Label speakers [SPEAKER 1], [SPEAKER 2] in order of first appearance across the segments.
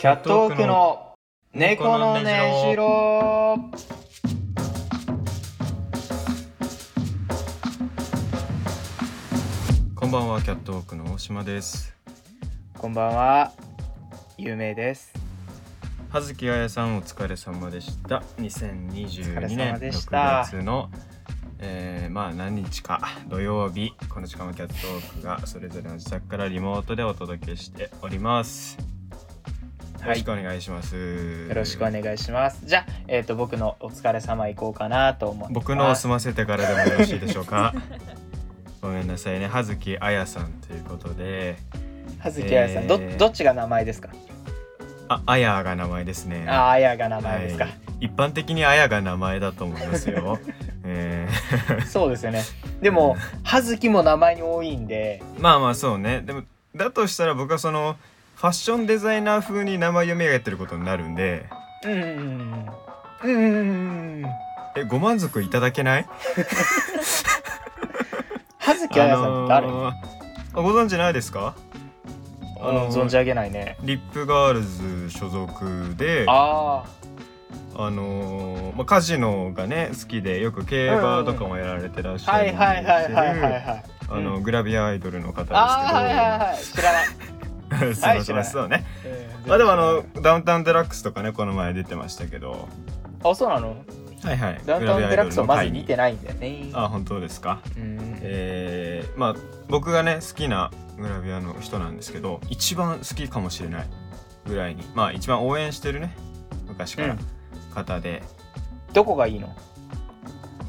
[SPEAKER 1] キャットウォークの猫のねじろ
[SPEAKER 2] こんばんはキャットウォークの大島です
[SPEAKER 1] こんばんは有名です
[SPEAKER 2] 葉月あやさんお疲れ様でした2022
[SPEAKER 1] お疲れ
[SPEAKER 2] 年
[SPEAKER 1] 様でし
[SPEAKER 2] 6
[SPEAKER 1] た
[SPEAKER 2] 月のえーまあ何日か土曜日この時間はキャットウォークがそれぞれの自宅からリモートでお届けしておりますよ
[SPEAKER 1] は
[SPEAKER 2] ろ
[SPEAKER 1] い
[SPEAKER 2] しくお願いします、
[SPEAKER 1] よろしくお願いしますじゃあ、えー、と僕のお疲れ様行こうかなと思います
[SPEAKER 2] 僕のを済ませてからでもよろしいでしょうか ごめんなさいね葉月あやさんということで
[SPEAKER 1] 葉月あやさん、ど
[SPEAKER 2] えー
[SPEAKER 1] どっちが名前ですか
[SPEAKER 2] ああやが名前ですね
[SPEAKER 1] あああやが名前ですか、
[SPEAKER 2] はい一般的にあやが名前だと思います よ、え
[SPEAKER 1] そうですよねで も葉月も名前に多いんで
[SPEAKER 2] ーまあまあそうねでもだとしたら僕はそのファッションデザイナー風に名前読み上げてることになるんで
[SPEAKER 1] うんうんうんうんうんうん
[SPEAKER 2] えご満足いただけない
[SPEAKER 1] 葉月あやさんって誰、あ
[SPEAKER 2] のーあご存知ないですかあのー
[SPEAKER 1] 存じ上げないね
[SPEAKER 2] リップガールズ所属であ
[SPEAKER 1] ああ
[SPEAKER 2] のーまあ、カジノがね好きでよく競馬とかもやられてらっしゃ
[SPEAKER 1] は
[SPEAKER 2] る
[SPEAKER 1] い
[SPEAKER 2] ん
[SPEAKER 1] はいはいはいはい
[SPEAKER 2] で
[SPEAKER 1] はい
[SPEAKER 2] すあの
[SPEAKER 1] うん
[SPEAKER 2] グラビアアイドルの方ですけど、
[SPEAKER 1] ああはいはいはい知らない
[SPEAKER 2] その楽しそうねまあでもあのダウンタウンデラックスとかねこの前出てましたけど
[SPEAKER 1] あそうなの
[SPEAKER 2] はいはい
[SPEAKER 1] ダウンタウンデラックスをまず見
[SPEAKER 2] 見
[SPEAKER 1] てないんだよね
[SPEAKER 2] あ本当ですか
[SPEAKER 1] うん
[SPEAKER 2] えー、まあ僕がね好きなグラビアの人なんですけど一番好きかもしれないぐらいにまあ一番応援してるね昔か
[SPEAKER 1] う
[SPEAKER 2] ら
[SPEAKER 1] ん
[SPEAKER 2] 方で、
[SPEAKER 1] どこがいいの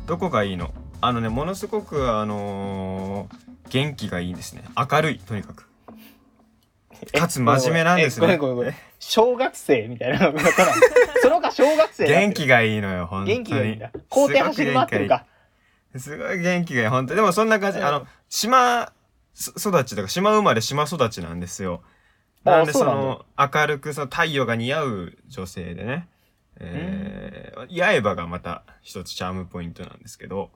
[SPEAKER 2] どこがいいのあのねものすごくあのー元気がいいですね明るいとにかくかつ真面目なんですね
[SPEAKER 1] えごめんごめんごめん小学生みたいな ことなのそのか小学生だ
[SPEAKER 2] 元気がいいのよ本当に
[SPEAKER 1] 元気がいいんだ校庭走り回ってるか
[SPEAKER 2] すごい元気がいい、本当に。でもそんな感じ、
[SPEAKER 1] うん
[SPEAKER 2] あの、島そ育ちとか、島生まれ、島育ちなんですよ。
[SPEAKER 1] あ
[SPEAKER 2] なんで
[SPEAKER 1] そ
[SPEAKER 2] そう
[SPEAKER 1] なんだ
[SPEAKER 2] の、明るく、その太陽が似合う女性でね。えー、刃がまた一つチャームポイントなんですけど、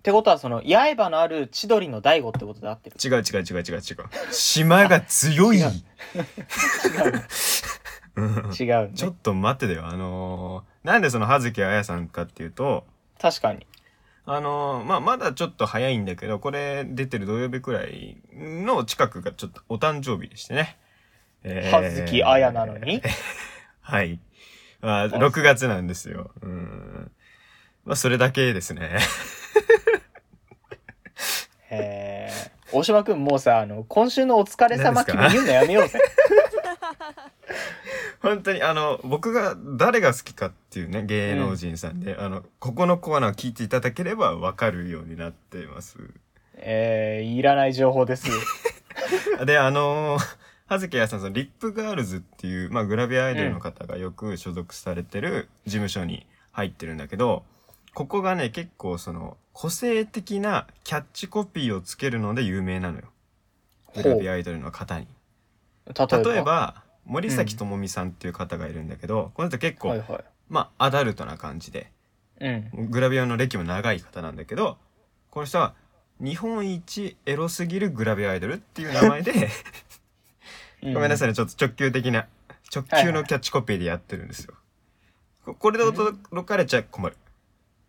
[SPEAKER 1] ってことはその刃のある千鳥の大悟ってことで合ってる
[SPEAKER 2] 違う違う違う違う違う。島が強い
[SPEAKER 1] 違う
[SPEAKER 2] うん
[SPEAKER 1] 違う
[SPEAKER 2] ちょ
[SPEAKER 1] ね
[SPEAKER 2] っと待ってだよ。あのーなんでその葉月あやさんかっていうと、
[SPEAKER 1] 確かに
[SPEAKER 2] あのーまあ、まだちょっと早いんだけど、これ出てる土曜日くらいの近くがちょっとお誕生日でしてね。えー
[SPEAKER 1] 葉月あやなの に
[SPEAKER 2] はい。まあ、
[SPEAKER 1] そう
[SPEAKER 2] 6月なんですよ。うん。まあ、それだけですね。
[SPEAKER 1] えー、大島君もうさあの今週のお疲れ様気分
[SPEAKER 2] 何で
[SPEAKER 1] 言
[SPEAKER 2] す
[SPEAKER 1] うのやめよう ぜ
[SPEAKER 2] 本当に、あの、僕が誰が好きかっていうね、芸能人さんで、あの、ここのコーナーを聞いていただければわかるようになっています。
[SPEAKER 1] えー、いらない情報です
[SPEAKER 2] で、あのー、葉月彩さん、そのリップガールズっていう、まあ、グラビアアイドルの方がよく所属されてる事務所に入ってるんだけど、ここがね、結構その、個性的なキャッチコピーをつけるので有名なのよ。
[SPEAKER 1] ほう
[SPEAKER 2] グラビアアイドルの方に。
[SPEAKER 1] 例えば
[SPEAKER 2] 例えば、森崎智美さんっていう方がいるんだけど、この人結構、
[SPEAKER 1] はいは
[SPEAKER 2] まあ、アダルトな感じで、
[SPEAKER 1] いうん
[SPEAKER 2] グラビアの歴も長い方なんだけど、この人は、日本一エロすぎるグラビアアイドルっていう名前で、ごめんなさい
[SPEAKER 1] い。
[SPEAKER 2] ね、ちょっと直球的な、直球のキャッチコピーでやってるんですよ。ここれで驚かれちゃ困る。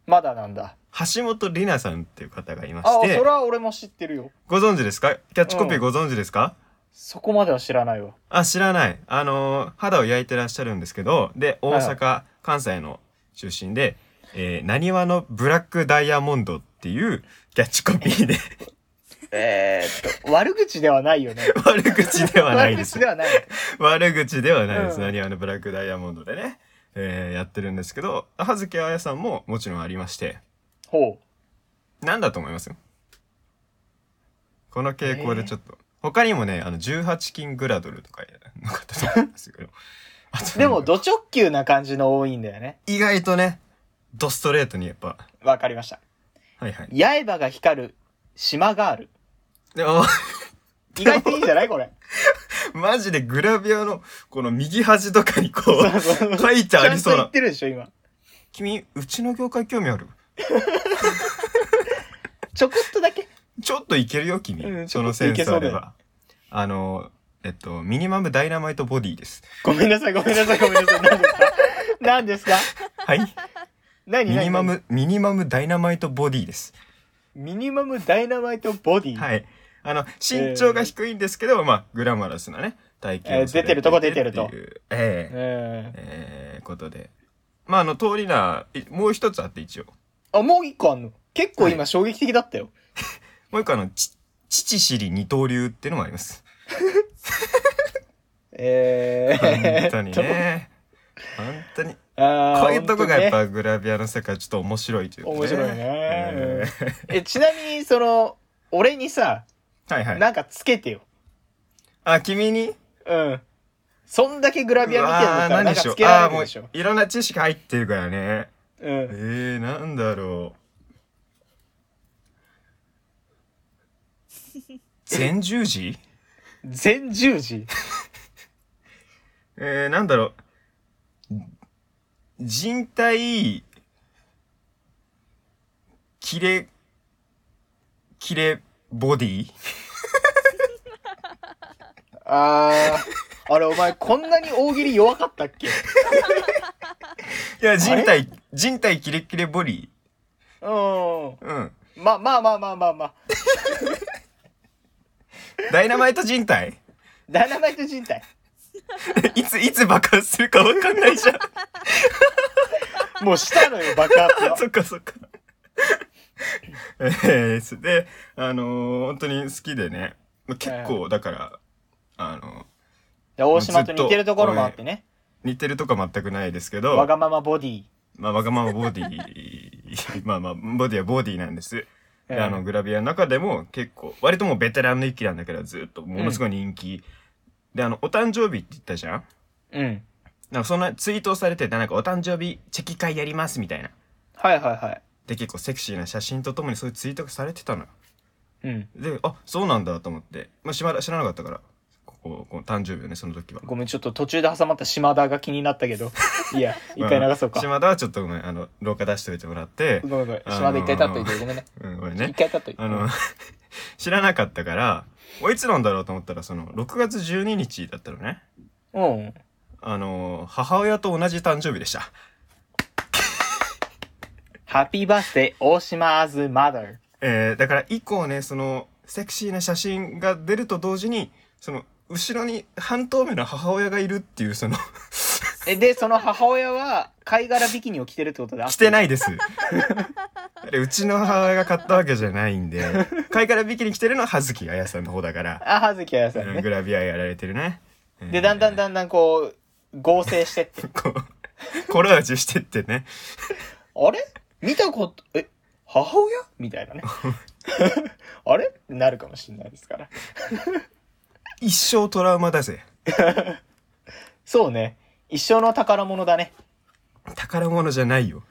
[SPEAKER 1] まだなんだ。
[SPEAKER 2] 橋本里奈さんっていう方がいま
[SPEAKER 1] あ、
[SPEAKER 2] し
[SPEAKER 1] それ
[SPEAKER 2] て、
[SPEAKER 1] は俺も知ってるよ。
[SPEAKER 2] ご存知ですかキャッチコピ
[SPEAKER 1] う
[SPEAKER 2] ー
[SPEAKER 1] ん
[SPEAKER 2] ご存知ですか、
[SPEAKER 1] そこまでは知らないわ。
[SPEAKER 2] あ、知らない。あのー肌を焼いてらっしゃるんですけど、で、大阪、関西の出身で、えー、何わのブラックダイヤモンドっていうキャッチコ ピーで、
[SPEAKER 1] えー、っと、悪口ではないよね。
[SPEAKER 2] 悪口ではないです
[SPEAKER 1] 悪口で。はない。
[SPEAKER 2] 悪口ではないです。
[SPEAKER 1] うん
[SPEAKER 2] 何あのブラックダイヤモンドでね、えーやってるんですけど、葉月あやさんももちろんありまして、
[SPEAKER 1] ほ
[SPEAKER 2] なんだと思いますこの傾向でちょっと。他にもね、あの、18金グラドルとかの方とかいます けど。あと
[SPEAKER 1] う。でも、ド直球な感じの多いんだよね。
[SPEAKER 2] 意外とね、ドストレートにやっぱ、
[SPEAKER 1] わかりました。
[SPEAKER 2] はいはい。
[SPEAKER 1] 刃が光る島ガール。
[SPEAKER 2] でも、
[SPEAKER 1] 意外といいんじゃないこれ。
[SPEAKER 2] マジでグラビアの、この右端とかにこ
[SPEAKER 1] そう
[SPEAKER 2] う、
[SPEAKER 1] そう
[SPEAKER 2] 書いてありそう
[SPEAKER 1] ちゃんと言
[SPEAKER 2] な
[SPEAKER 1] っ。てるでしょ、今。
[SPEAKER 2] 君、うちの業界興味ある
[SPEAKER 1] ちょこっとだけ。
[SPEAKER 2] ちょっといけるよ、君。
[SPEAKER 1] うん
[SPEAKER 2] そのセンスあ
[SPEAKER 1] ちょっといけそ
[SPEAKER 2] れ
[SPEAKER 1] うだ
[SPEAKER 2] ば。あの、えっと、ミニマムダイナマイトボデ ィです。
[SPEAKER 1] ごめんなさい、ごめんなさい、ごめんなさい。何ですか何ですか
[SPEAKER 2] はい。
[SPEAKER 1] 何
[SPEAKER 2] ミ
[SPEAKER 1] 何
[SPEAKER 2] ニマ。ム、ミニマムダイナマイトボディです。
[SPEAKER 1] ミニマムダイナマイトボディ。
[SPEAKER 2] はい。あの、身長が低いんですけど、まあ、グラマラスなね、体型を
[SPEAKER 1] えー
[SPEAKER 2] され
[SPEAKER 1] 出てるとこ出てると
[SPEAKER 2] っていうええ
[SPEAKER 1] ええ
[SPEAKER 2] ええことで。まあ、あの、通りな、いもう一つあって一応。
[SPEAKER 1] あ、もう一個あんの結構今衝撃的だったよ。
[SPEAKER 2] もう一個あの、ち、父尻二刀流っていうのもあ ります。
[SPEAKER 1] ええ
[SPEAKER 2] 本当にね。本当に。
[SPEAKER 1] あー
[SPEAKER 2] こういうとこがやっ
[SPEAKER 1] 本
[SPEAKER 2] ぱグラビアの世界ちょっと面白いというか、
[SPEAKER 1] 面白いね
[SPEAKER 2] ええ
[SPEAKER 1] 当ねえ、ちなみに、その、俺にさ、
[SPEAKER 2] はいはい。
[SPEAKER 1] なんかつけてよ。
[SPEAKER 2] あ、君に
[SPEAKER 1] うん。そんだけグラビア見てんのか
[SPEAKER 2] うわ
[SPEAKER 1] ら
[SPEAKER 2] ー
[SPEAKER 1] な
[SPEAKER 2] 何
[SPEAKER 1] ん
[SPEAKER 2] で
[SPEAKER 1] か
[SPEAKER 2] しょ
[SPEAKER 1] つ
[SPEAKER 2] う
[SPEAKER 1] けら
[SPEAKER 2] あ
[SPEAKER 1] れ
[SPEAKER 2] ー
[SPEAKER 1] る
[SPEAKER 2] も
[SPEAKER 1] でしょ。
[SPEAKER 2] ういろんな知識入ってるからね。
[SPEAKER 1] うん。
[SPEAKER 2] えー、なんだろ う。前十字
[SPEAKER 1] 全十字。
[SPEAKER 2] えー、なんだろう。人体、キレ、キレボディ
[SPEAKER 1] あー。あれ、お前こんなに大喜利弱かったっけ
[SPEAKER 2] いや、人体、人体キレキレボディ
[SPEAKER 1] うん。
[SPEAKER 2] うん。
[SPEAKER 1] まあまあまあまあまあまあ。
[SPEAKER 2] ダイナマイト人体
[SPEAKER 1] ダイナマイト人体。
[SPEAKER 2] いつ、いつ爆発するかわかんないじゃん。
[SPEAKER 1] もうしたのよ、爆発 は。
[SPEAKER 2] そっかそっか。えー、それで、あのー本当に好きでね、まあ、結構、だから、あの
[SPEAKER 1] で大島と似てるところもあってね。
[SPEAKER 2] 似てるとか全くないですけど、
[SPEAKER 1] わがままボディ。
[SPEAKER 2] まあ、わがままボディ、 まあまあ、ボディはボディなんです。であ
[SPEAKER 1] う
[SPEAKER 2] の、
[SPEAKER 1] ん
[SPEAKER 2] グラビアの中でも結構、割ともうベテランの域なんだけど、ずっとものすごい人気。で、あの、お誕生日って言ったじゃん
[SPEAKER 1] うん。
[SPEAKER 2] なんかそんなツイートをされてて、なんかお誕生日チェキ会やりますみたいな。
[SPEAKER 1] はいはいはい。
[SPEAKER 2] で、結構セクシーな写真とともにそういうツイートがされてたのよ。
[SPEAKER 1] うん。
[SPEAKER 2] で、あ、そうなんだと思って。まあ、知ら知らなかったから。ここ、この誕生日をね、その時は。
[SPEAKER 1] ごめん、ちょっと途中で挟まった島田が気になった けど。いや、一回流そうか。
[SPEAKER 2] ん島田はちょっとごめん、あの、廊下出しておいてもらって
[SPEAKER 1] ご、めんごめん。島田一回立っといて。ごめんね。
[SPEAKER 2] うん、ごめん
[SPEAKER 1] 一
[SPEAKER 2] ね。
[SPEAKER 1] 回立っといて。
[SPEAKER 2] あの、 知らなかったから、おいつなんだろうと思ったら、その、6月12日だったのね。
[SPEAKER 1] うん。
[SPEAKER 2] あの、母親と同じ誕生日でした。
[SPEAKER 1] ハッピーバースデー、大島アズマダー。
[SPEAKER 2] えー、だから以降ね、その、セクシーな写真が出ると同時に、その、後ろに半透明の母親がいるっていう、その、
[SPEAKER 1] え、で、その母親は、貝殻ビキニを着てるってことだ。
[SPEAKER 2] してないです。あれ、うちの母親が買ったわけじゃないんで、貝殻ビキニ着てるのは葉月あやさんの方だから、
[SPEAKER 1] あ、葉月あやさん
[SPEAKER 2] グ
[SPEAKER 1] ね。
[SPEAKER 2] ラビアやられてるね。
[SPEAKER 1] で、だんだん
[SPEAKER 2] だ
[SPEAKER 1] だんだんこう、合成してって。
[SPEAKER 2] ん。こう、コラージュしてってね。
[SPEAKER 1] あれ見たこと、え、母親みたいな ね。 あれなるかもしれないですから。
[SPEAKER 2] 一生トラウマだぜ。
[SPEAKER 1] そうね。一生の宝物だね。
[SPEAKER 2] 宝物じゃないよ。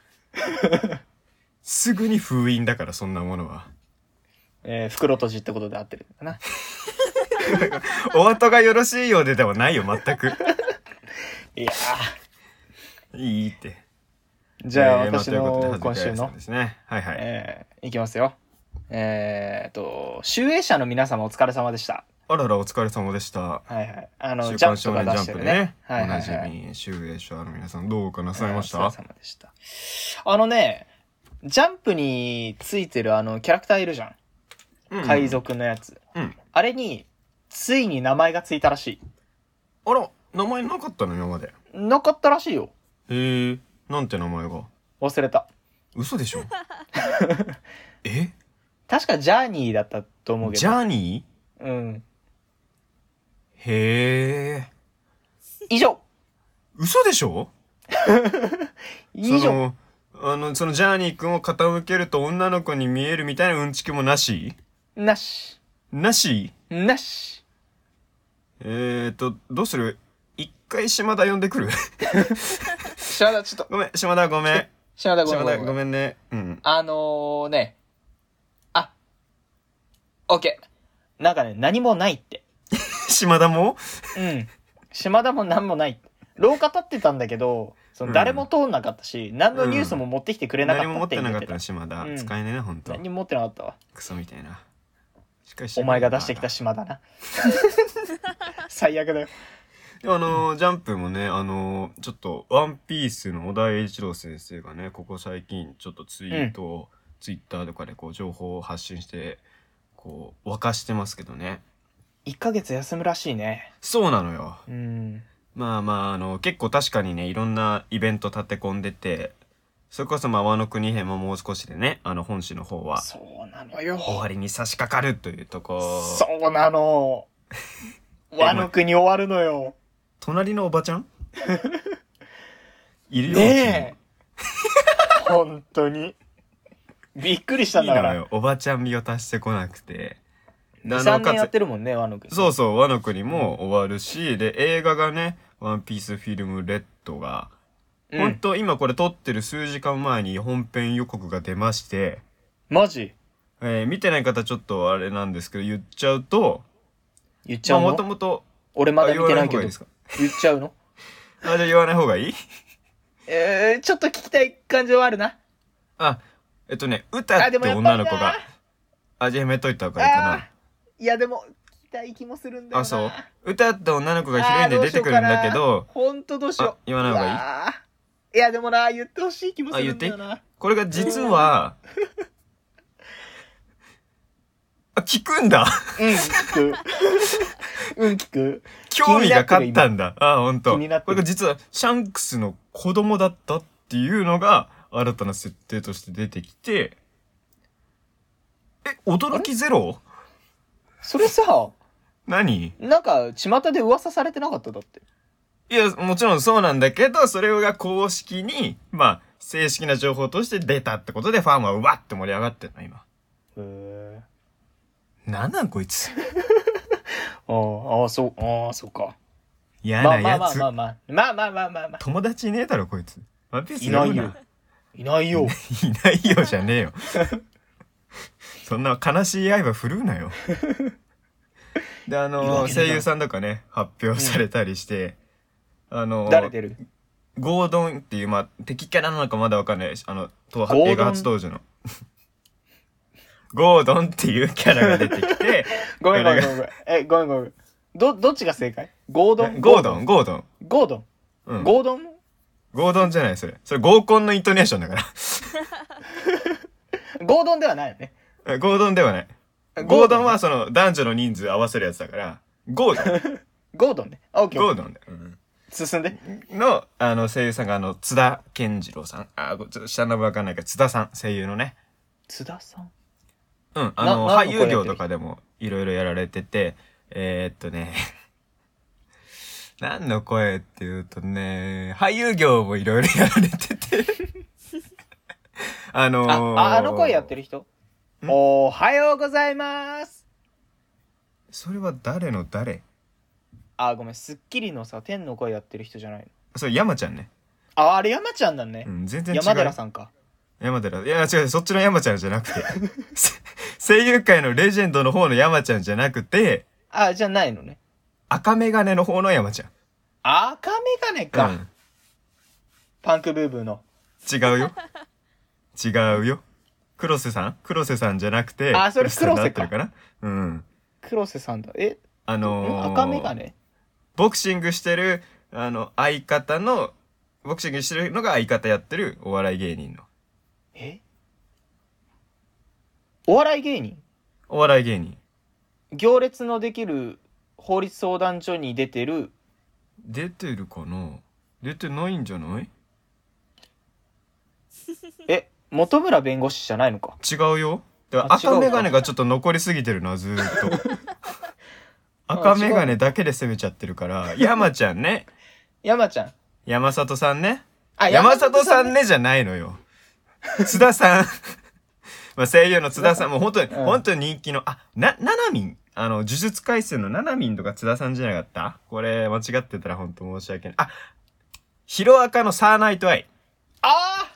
[SPEAKER 2] すぐに封印だから、そんなものは。
[SPEAKER 1] えー、袋閉じってことで合ってるんだな。
[SPEAKER 2] お後がよろしいようででもないよ、全く。
[SPEAKER 1] いやー
[SPEAKER 2] いいって。
[SPEAKER 1] じゃあ
[SPEAKER 2] えーま
[SPEAKER 1] 私
[SPEAKER 2] ということ
[SPEAKER 1] の
[SPEAKER 2] で
[SPEAKER 1] 今週
[SPEAKER 2] 葉月あやさ
[SPEAKER 1] の
[SPEAKER 2] んで、すね。はいはい。
[SPEAKER 1] えーいきますよ。えーっと、集英社の皆様お疲れ様でした。
[SPEAKER 2] あらら、お疲れ様でした。
[SPEAKER 1] はいはい。あの、
[SPEAKER 2] 週
[SPEAKER 1] ジャン
[SPEAKER 2] 刊
[SPEAKER 1] プと
[SPEAKER 2] 少
[SPEAKER 1] か
[SPEAKER 2] 年ジ
[SPEAKER 1] 出
[SPEAKER 2] ャ
[SPEAKER 1] し
[SPEAKER 2] ン
[SPEAKER 1] て
[SPEAKER 2] プ
[SPEAKER 1] る
[SPEAKER 2] で
[SPEAKER 1] ね。
[SPEAKER 2] ね。
[SPEAKER 1] はいはい、はい。
[SPEAKER 2] おなじみ、集英社の皆さん、どうかなさいまし
[SPEAKER 1] お
[SPEAKER 2] た
[SPEAKER 1] 疲れ様でした。あのね、ジャンプについてるあのキャラクターいるじゃん。海。賊のやつ。
[SPEAKER 2] うんうん。
[SPEAKER 1] あれに、ついに名前がついたらし
[SPEAKER 2] あら、名前なかったの今まで。
[SPEAKER 1] い。なかったらしいよ。
[SPEAKER 2] へえ、なんて名前が。
[SPEAKER 1] 忘れた。
[SPEAKER 2] 嘘でしょ え
[SPEAKER 1] 確かジャーニーだったと思うけど。
[SPEAKER 2] ジャーニ
[SPEAKER 1] うん。
[SPEAKER 2] ーへえ。
[SPEAKER 1] 以上
[SPEAKER 2] 嘘でしょ
[SPEAKER 1] 以
[SPEAKER 2] そ
[SPEAKER 1] 上
[SPEAKER 2] のあの、そのジャーニーくんを傾けると女の子に見えるみたいなうんちくもなし
[SPEAKER 1] なし。
[SPEAKER 2] なし
[SPEAKER 1] なし。
[SPEAKER 2] えーと、どうする一回島田呼んでくる
[SPEAKER 1] 島田、ちょっと。
[SPEAKER 2] ごめん、島田ごめん。
[SPEAKER 1] 島田ごめん
[SPEAKER 2] 島
[SPEAKER 1] ごめ
[SPEAKER 2] 田
[SPEAKER 1] ん
[SPEAKER 2] ごめんね。うん。
[SPEAKER 1] あのー、ね。あ。オッケー。なんかね、何もないって。
[SPEAKER 2] 島田も
[SPEAKER 1] うん。島田も何もない。廊下立ってたんだけど、その誰も通んなかったし、何のニュースも持ってきてくれなか
[SPEAKER 2] 何
[SPEAKER 1] っ
[SPEAKER 2] も
[SPEAKER 1] た
[SPEAKER 2] 持
[SPEAKER 1] っ
[SPEAKER 2] ってて
[SPEAKER 1] 言
[SPEAKER 2] なか
[SPEAKER 1] っ
[SPEAKER 2] ってた
[SPEAKER 1] た。
[SPEAKER 2] の島田、
[SPEAKER 1] うん
[SPEAKER 2] 使えねえなほんと
[SPEAKER 1] 何も持ってなかったわ。
[SPEAKER 2] クソみたいなしっかりして
[SPEAKER 1] お
[SPEAKER 2] くれ
[SPEAKER 1] 前
[SPEAKER 2] る
[SPEAKER 1] が
[SPEAKER 2] んだ
[SPEAKER 1] 出してきた島だ な。最悪だよ。
[SPEAKER 2] であのージャンプもね、あのーちょっと、ワンピースの小田栄一郎先生がね、ここ最近、ちょっとツイートを、ツイッターとかでこう、情報を発信して、こう、沸かしてますけどね。
[SPEAKER 1] 1ヶ月休むらしいね。
[SPEAKER 2] そうなのよ。
[SPEAKER 1] うん。
[SPEAKER 2] まあまあ、あの、結構確かにね、いろんなイベント立て込んでて、それこそ、まあ、和の国編ももう少しでね、あの、本誌の方は、
[SPEAKER 1] そうなのよ。
[SPEAKER 2] 終わりに差し掛かるというとこ、
[SPEAKER 1] そうなの。和の国終わるのよ。
[SPEAKER 2] 隣のおばちゃん いるよ。
[SPEAKER 1] ねえ。本当に。びっくりしたん
[SPEAKER 2] いい
[SPEAKER 1] だか
[SPEAKER 2] の
[SPEAKER 1] ら。
[SPEAKER 2] よ。おばちゃん味を足してこなくて。であ
[SPEAKER 1] 3
[SPEAKER 2] の
[SPEAKER 1] 年や
[SPEAKER 2] か
[SPEAKER 1] ってるもんね、和の国。
[SPEAKER 2] つそうそう、ワノ国も終わるし、で、映画がね、ワンピースフィルムレッドが、
[SPEAKER 1] う
[SPEAKER 2] ほん
[SPEAKER 1] ん。
[SPEAKER 2] と今これ撮ってる数時間前に本編予告が出まして、
[SPEAKER 1] マジ
[SPEAKER 2] えー見てない方ちょっとあれなんですけど、言っちゃうと、
[SPEAKER 1] 言っち
[SPEAKER 2] ま
[SPEAKER 1] ゃ
[SPEAKER 2] あ
[SPEAKER 1] う
[SPEAKER 2] もと
[SPEAKER 1] の
[SPEAKER 2] もと、
[SPEAKER 1] 俺まだ見てない
[SPEAKER 2] あ言わない
[SPEAKER 1] け
[SPEAKER 2] 方
[SPEAKER 1] ど。
[SPEAKER 2] がいい
[SPEAKER 1] 言
[SPEAKER 2] で
[SPEAKER 1] っ
[SPEAKER 2] すか
[SPEAKER 1] ちゃうの
[SPEAKER 2] あ、じゃあ言わない方がいい
[SPEAKER 1] えー、ちょっと聞きたい感情はあるな。
[SPEAKER 2] あ、えっとね、歌
[SPEAKER 1] あ、
[SPEAKER 2] って
[SPEAKER 1] でもやっぱ
[SPEAKER 2] 女
[SPEAKER 1] り
[SPEAKER 2] の子が
[SPEAKER 1] な、。
[SPEAKER 2] あ、じゃあやめといた方がいいか
[SPEAKER 1] あ
[SPEAKER 2] な。
[SPEAKER 1] ーいやでも聞きたい気もするんだよな
[SPEAKER 2] あ、そう。歌って女の子がヒロインで出てくるんだけど、
[SPEAKER 1] ほんとどうしよう
[SPEAKER 2] あ言わない方がいいう
[SPEAKER 1] わーいやでもな言ってほしい気もするんだよな
[SPEAKER 2] これが実は、あ、聞くんだ
[SPEAKER 1] うん聞くうん聞く
[SPEAKER 2] 興味が勝ったんだ。あ、ほんと。
[SPEAKER 1] 気になってる
[SPEAKER 2] これが実は、シャンクスの子供だったっていうのが、新たな設定として出てきて、え、驚きゼロ
[SPEAKER 1] それさ
[SPEAKER 2] 何
[SPEAKER 1] なんか巷で噂されてなかっただって
[SPEAKER 2] いや、もちろんそうなんだけど、それが公式に、まあ、正式な情報として出たってことで、ファンはうわって盛り上がってるの、今。
[SPEAKER 1] へ
[SPEAKER 2] なんなんこいつ。
[SPEAKER 1] あーあーそうああそうか
[SPEAKER 2] 嫌
[SPEAKER 1] ま
[SPEAKER 2] な
[SPEAKER 1] あまあ
[SPEAKER 2] や
[SPEAKER 1] まあ
[SPEAKER 2] つ
[SPEAKER 1] ま。あまあまあまあまあまあまあ
[SPEAKER 2] 友達いねえだろ、こいつ。ワンピース
[SPEAKER 1] いない
[SPEAKER 2] 読む
[SPEAKER 1] よいないよ
[SPEAKER 2] いないよじゃねえよ。そんな悲しい刃振るうなよ。で、あ
[SPEAKER 1] いるわ
[SPEAKER 2] の、
[SPEAKER 1] けねえ
[SPEAKER 2] 声
[SPEAKER 1] だろ
[SPEAKER 2] 優さんとかね、発表されたりして、あの、
[SPEAKER 1] 誰出る
[SPEAKER 2] ゴードンっていう、まあ、敵キャラなのかまだわかんないし、あの、と
[SPEAKER 1] ゴードン
[SPEAKER 2] 映画初登場の。ゴードンっていうキャラが出てきて、
[SPEAKER 1] ごめんごめんごめんごめんえごめんごめんどどっちが正解ゴードン
[SPEAKER 2] ゴードン、ゴードン。
[SPEAKER 1] ゴードン
[SPEAKER 2] うん、
[SPEAKER 1] ゴードン
[SPEAKER 2] ゴードンじゃない、それ。それ合コンのイントネーションだか
[SPEAKER 1] ゴードンではないよね
[SPEAKER 2] ら。 ゴードンではない。ゴードンはその男女の人数合わせるやつだから、ゴー ドン。
[SPEAKER 1] ゴードンね。オッケー。
[SPEAKER 2] ゴードンだよ。
[SPEAKER 1] 進んで。
[SPEAKER 2] の、あの、声優さんが、あの、津田健次郎さん。あ、ごちょっと下の名前わかんないけど、津田さん、声優のね。
[SPEAKER 1] 津田さん。
[SPEAKER 2] うん、あの、
[SPEAKER 1] な何
[SPEAKER 2] 俳
[SPEAKER 1] の声
[SPEAKER 2] 優業とかでも、いろいろやられてて、えー、っとね、 何の声っていうとね、俳優業もいろいろやられて て、あの
[SPEAKER 1] あ、
[SPEAKER 2] ー、
[SPEAKER 1] ああの声やってる人
[SPEAKER 2] ん
[SPEAKER 1] おはようございます。
[SPEAKER 2] それは誰の誰
[SPEAKER 1] あ、ごめん。スッキリのさ、天の声やってる人じゃないの。
[SPEAKER 2] それ山ちゃんね。
[SPEAKER 1] あ、あれ山ちゃんだね
[SPEAKER 2] う。ん、全然違う。
[SPEAKER 1] 山寺さんか。
[SPEAKER 2] 山寺。いや、違う、そっちの山ちゃんじゃなくて。 せ声優界のレジェンドの方の山ちゃんじゃなくて、
[SPEAKER 1] あ、じゃないのね。
[SPEAKER 2] 赤メガネの方の山ちゃん。
[SPEAKER 1] 赤メガネ
[SPEAKER 2] う
[SPEAKER 1] か。
[SPEAKER 2] ん
[SPEAKER 1] パンクブーブーの。
[SPEAKER 2] 違うよ。違うよ。黒瀬さん黒瀬さんじゃなくて、
[SPEAKER 1] あそれ
[SPEAKER 2] さんになって
[SPEAKER 1] 黒
[SPEAKER 2] る
[SPEAKER 1] 瀬
[SPEAKER 2] かなうん。
[SPEAKER 1] 黒瀬さんだ。え、
[SPEAKER 2] あ
[SPEAKER 1] ん
[SPEAKER 2] のー、
[SPEAKER 1] 赤メガネ
[SPEAKER 2] ボクシングしてる、あの、相方の、ボクシングしてるのが相方やってるお笑い芸人の。
[SPEAKER 1] えお笑い芸人
[SPEAKER 2] お笑い芸人。
[SPEAKER 1] 行列のできる法律相談所に出てる。
[SPEAKER 2] 出てるかな出てないんじゃない
[SPEAKER 1] え、本村弁護士じゃないのか。
[SPEAKER 2] 違うよ。だから
[SPEAKER 1] あ違う
[SPEAKER 2] 赤
[SPEAKER 1] か
[SPEAKER 2] メガネがちょっと残りすぎてるな、ずーっ と。赤メガネだけで攻めちゃってるから、山ちゃんね。
[SPEAKER 1] 山ちゃん。
[SPEAKER 2] 山里さんね。
[SPEAKER 1] あ
[SPEAKER 2] 山里さ
[SPEAKER 1] ね
[SPEAKER 2] んねじゃないのよ。津田さん。 まあ声優の津田さん、もう本当に、
[SPEAKER 1] うん
[SPEAKER 2] 本当に人気の、あ、な、ななみん。あの、呪術回戦のななみんとか津田さんじゃなかったこれ、間違ってたら本当申し訳ない。あ、ヒロアカのサーナイトアイ。
[SPEAKER 1] あ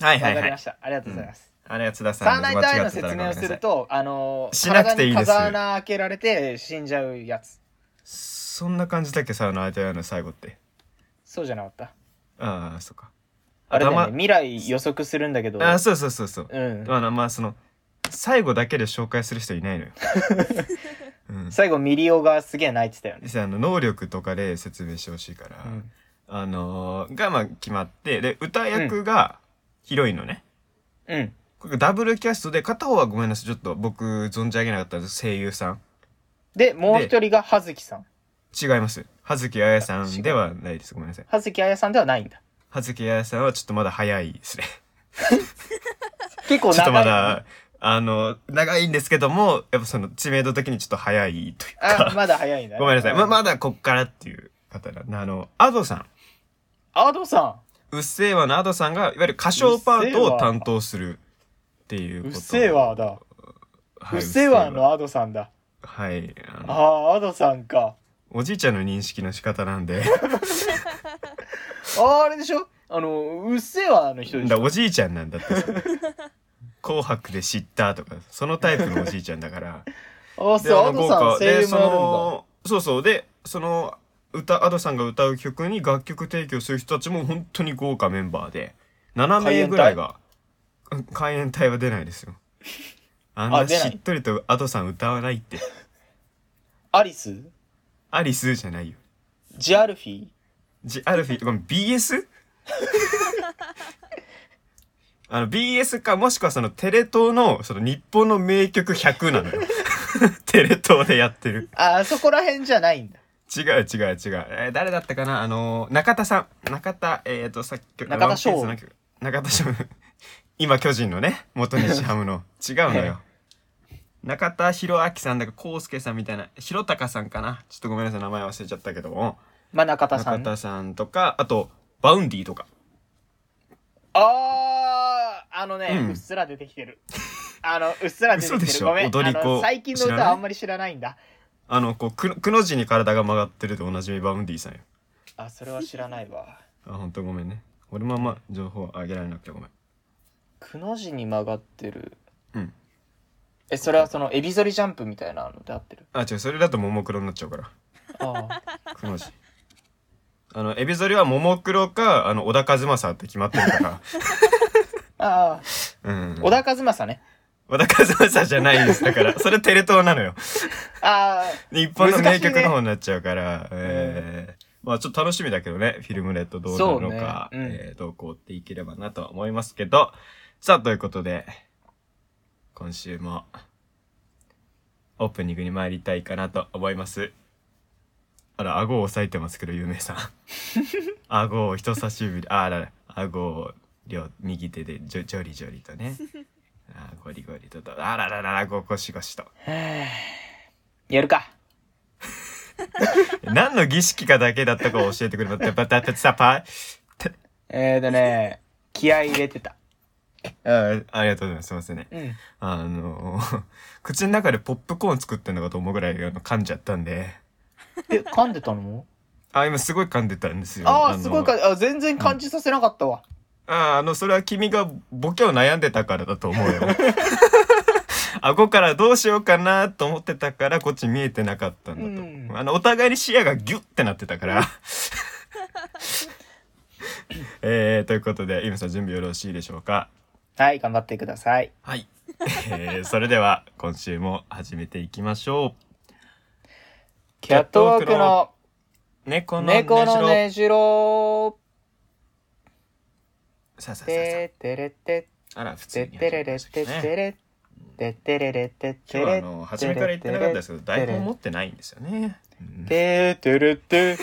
[SPEAKER 2] は
[SPEAKER 1] あわ
[SPEAKER 2] いはい
[SPEAKER 1] か
[SPEAKER 2] は
[SPEAKER 1] りま
[SPEAKER 2] い。
[SPEAKER 1] した。ありがとうございます。
[SPEAKER 2] あれは津田さ
[SPEAKER 1] サ
[SPEAKER 2] ん
[SPEAKER 1] ー
[SPEAKER 2] で
[SPEAKER 1] ナイ
[SPEAKER 2] 間
[SPEAKER 1] トアイ
[SPEAKER 2] 違
[SPEAKER 1] の
[SPEAKER 2] ってた
[SPEAKER 1] 説
[SPEAKER 2] らごめん
[SPEAKER 1] 明
[SPEAKER 2] な
[SPEAKER 1] を
[SPEAKER 2] さ
[SPEAKER 1] する
[SPEAKER 2] い。
[SPEAKER 1] と、あのー、
[SPEAKER 2] しなくていいで
[SPEAKER 1] 体に
[SPEAKER 2] す
[SPEAKER 1] 風穴開けられて死んじゃうやつ。
[SPEAKER 2] そんな感じだっけ、サーナイトアイの最後って。
[SPEAKER 1] そうじゃなかった。
[SPEAKER 2] ああ、そっか。
[SPEAKER 1] あれだよね、
[SPEAKER 2] 頭
[SPEAKER 1] 未来予測するんだけど、
[SPEAKER 2] あ、そうそうそうそう。
[SPEAKER 1] うん。
[SPEAKER 2] まあ、まあ、その、最後だけで紹介する人いない のよ。うん。
[SPEAKER 1] 最後ミリオがすげえ泣いてたよね。
[SPEAKER 2] 実はあの、能力とかで説明してほしいから、
[SPEAKER 1] うん
[SPEAKER 2] あのーが、まあ、決まって、で、歌役がヒロインのね、
[SPEAKER 1] うん。
[SPEAKER 2] これダブルキャストで、片方はごめんなさい、ちょっと僕存じ上げなかったんです声優さん。
[SPEAKER 1] で、もう一人が葉月さん。
[SPEAKER 2] 違います。葉月あやさんではないです。ごめんなさい。
[SPEAKER 1] 葉月あやさんではないんだ。
[SPEAKER 2] 葉月あやさんはちょっとまだ早いですね。
[SPEAKER 1] 結構
[SPEAKER 2] ちょ
[SPEAKER 1] 長
[SPEAKER 2] っと
[SPEAKER 1] い。
[SPEAKER 2] まだ、あの、長いんですけども、やっぱその知名度的にちょっと早いという
[SPEAKER 1] あ、
[SPEAKER 2] か、
[SPEAKER 1] まだ早いんだ、ね。
[SPEAKER 2] ごめんなさい。
[SPEAKER 1] う
[SPEAKER 2] ま、まだこっからっていう方だな。あの、アドさん。
[SPEAKER 1] アドさ
[SPEAKER 2] うっせぇわのアドさんが、いわゆる歌唱パートを担当するっていうこ
[SPEAKER 1] ん。う
[SPEAKER 2] と。
[SPEAKER 1] っせえわだ。
[SPEAKER 2] は
[SPEAKER 1] う
[SPEAKER 2] い。
[SPEAKER 1] っせえわのアドさんだ。
[SPEAKER 2] はい。あの
[SPEAKER 1] ああ、アドさんか。
[SPEAKER 2] おじいちゃんの認識の仕方な んで、
[SPEAKER 1] ああ、あれでしょあの、うっせえわの人でし
[SPEAKER 2] だ
[SPEAKER 1] ょ
[SPEAKER 2] おじいちゃんなんだってさ。紅白で知ったとか、そのタイプのおじいちゃんだから。
[SPEAKER 1] ああ、
[SPEAKER 2] で
[SPEAKER 1] そう、アド
[SPEAKER 2] 豪
[SPEAKER 1] さん
[SPEAKER 2] 華
[SPEAKER 1] 声優もやるんだ。
[SPEAKER 2] そうそうでその歌アドさんが歌う曲に楽曲提供する人たちも本当に豪華メンバーで7名ぐらいがうん海援隊は出ないですよあ ん
[SPEAKER 1] あ
[SPEAKER 2] な
[SPEAKER 1] 出ない
[SPEAKER 2] しっとりとアドさん歌わないって
[SPEAKER 1] アリス
[SPEAKER 2] アリスじゃないよ
[SPEAKER 1] ジアルフィー
[SPEAKER 2] ジアルフィごめん BS? あの BS かもしくはそのテレ東のその日本の名曲100なのよ テレ東でやってる
[SPEAKER 1] ああそこら辺じゃないんだ。
[SPEAKER 2] 違う違う違う。えー誰だったかなあのー中田さん。中田、えっ、と、さっき、
[SPEAKER 1] 中田翔
[SPEAKER 2] ワンピースの曲中田翔。 今、巨人のね、元西ハムの。違うのよ。中田博明さんだか、康介さんみたいな、弘隆さんかなちょっとごめんなさい、名前忘れちゃったけども。
[SPEAKER 1] まあ、中田さ
[SPEAKER 2] 中
[SPEAKER 1] ん。
[SPEAKER 2] 田
[SPEAKER 1] あ
[SPEAKER 2] さんとか、あと、バウンディとか。
[SPEAKER 1] あー、あのね、う
[SPEAKER 2] うん
[SPEAKER 1] っすら出てきてる。あの、うっすら出て
[SPEAKER 2] 嘘
[SPEAKER 1] き
[SPEAKER 2] で
[SPEAKER 1] て
[SPEAKER 2] し
[SPEAKER 1] る。
[SPEAKER 2] ょ
[SPEAKER 1] ごめん。
[SPEAKER 2] 踊り子
[SPEAKER 1] あの最近の
[SPEAKER 2] 知らな
[SPEAKER 1] 歌
[SPEAKER 2] い
[SPEAKER 1] あんまり知らないんだ。
[SPEAKER 2] あの、こう、くのくの字に体が曲がってるでおなじみバウンディさんよ。
[SPEAKER 1] あ、それは知らないわ。
[SPEAKER 2] あ、ほんとごめんね。俺もあんま情報あげられなくてごめん。
[SPEAKER 1] くの字に曲がってる。
[SPEAKER 2] うん。
[SPEAKER 1] え、それはその、エビ反りジャンプみたいなので合ってる。
[SPEAKER 2] あ、違う、それだとももクロになっちゃうから。
[SPEAKER 1] ああ。
[SPEAKER 2] くの字。あの、エビ反りはももクロか、あの、小田和正って決まってるか
[SPEAKER 1] ああ。
[SPEAKER 2] ら。うん。
[SPEAKER 1] 小田和正ね。
[SPEAKER 2] 小田和正じゃないです。だから、それテレ東なのよ。
[SPEAKER 1] あ
[SPEAKER 2] 日本の名
[SPEAKER 1] 難しい
[SPEAKER 2] 曲
[SPEAKER 1] ね
[SPEAKER 2] の方になっちゃうから、えーまあちょっと楽しみだけどね、フィルムレットどうなるのか、
[SPEAKER 1] そうねうん
[SPEAKER 2] えー、どうこうっていければなとは思いますけど、さあ、ということで、今週も、オープニングに参りたいかなと思います。あら、顎を押さえてますけど、有名 さん。顎を人差し指で、ああらら、顎を両、右手でジョ、ジョリジョリと ね。あーゴリゴリとと、あらららら、ごゴシゴシと。
[SPEAKER 1] あ。やるか。
[SPEAKER 2] 何の儀式かだけだったかを教えてくれまたバタタツサパ
[SPEAKER 1] えーとね、気合い入れてた。
[SPEAKER 2] あありがとうございます。すいませんね。
[SPEAKER 1] うん。
[SPEAKER 2] あのー口の中でポップコーン作ってんのかと思うぐらいあの噛んじゃったんで。
[SPEAKER 1] え、噛んでたの
[SPEAKER 2] あ、今すごい噛んでたんですよ。
[SPEAKER 1] ああ、
[SPEAKER 2] の
[SPEAKER 1] すごいか。あ、全然感じさせなかったわ。
[SPEAKER 2] ああの、それは君がボケを悩んでたからだと 思うよ。顎からどうしようかなと思ってたから、こっち見えてなかったんだと思う。
[SPEAKER 1] うん
[SPEAKER 2] あの、お互いに視野がギュッてなって たから。えー、ということで、イムさん準備よろしいでしょうか
[SPEAKER 1] はい、頑張ってください。
[SPEAKER 2] はい。えー、それでは、今週も始めていきましょ
[SPEAKER 1] キャットワークの
[SPEAKER 2] う。猫のねじ
[SPEAKER 1] 猫
[SPEAKER 2] ろ
[SPEAKER 1] のねじろ
[SPEAKER 2] さあさあさあさ
[SPEAKER 1] ててれて
[SPEAKER 2] あ。あら、普通
[SPEAKER 1] て
[SPEAKER 2] に
[SPEAKER 1] て
[SPEAKER 2] 始
[SPEAKER 1] れ
[SPEAKER 2] まりま
[SPEAKER 1] れ
[SPEAKER 2] したけ
[SPEAKER 1] て
[SPEAKER 2] どね。
[SPEAKER 1] てれててれれてて
[SPEAKER 2] 今日はあ
[SPEAKER 1] れ
[SPEAKER 2] の、初めから言ってなかったですけど、台本持ってないんですよね。うん
[SPEAKER 1] ててれて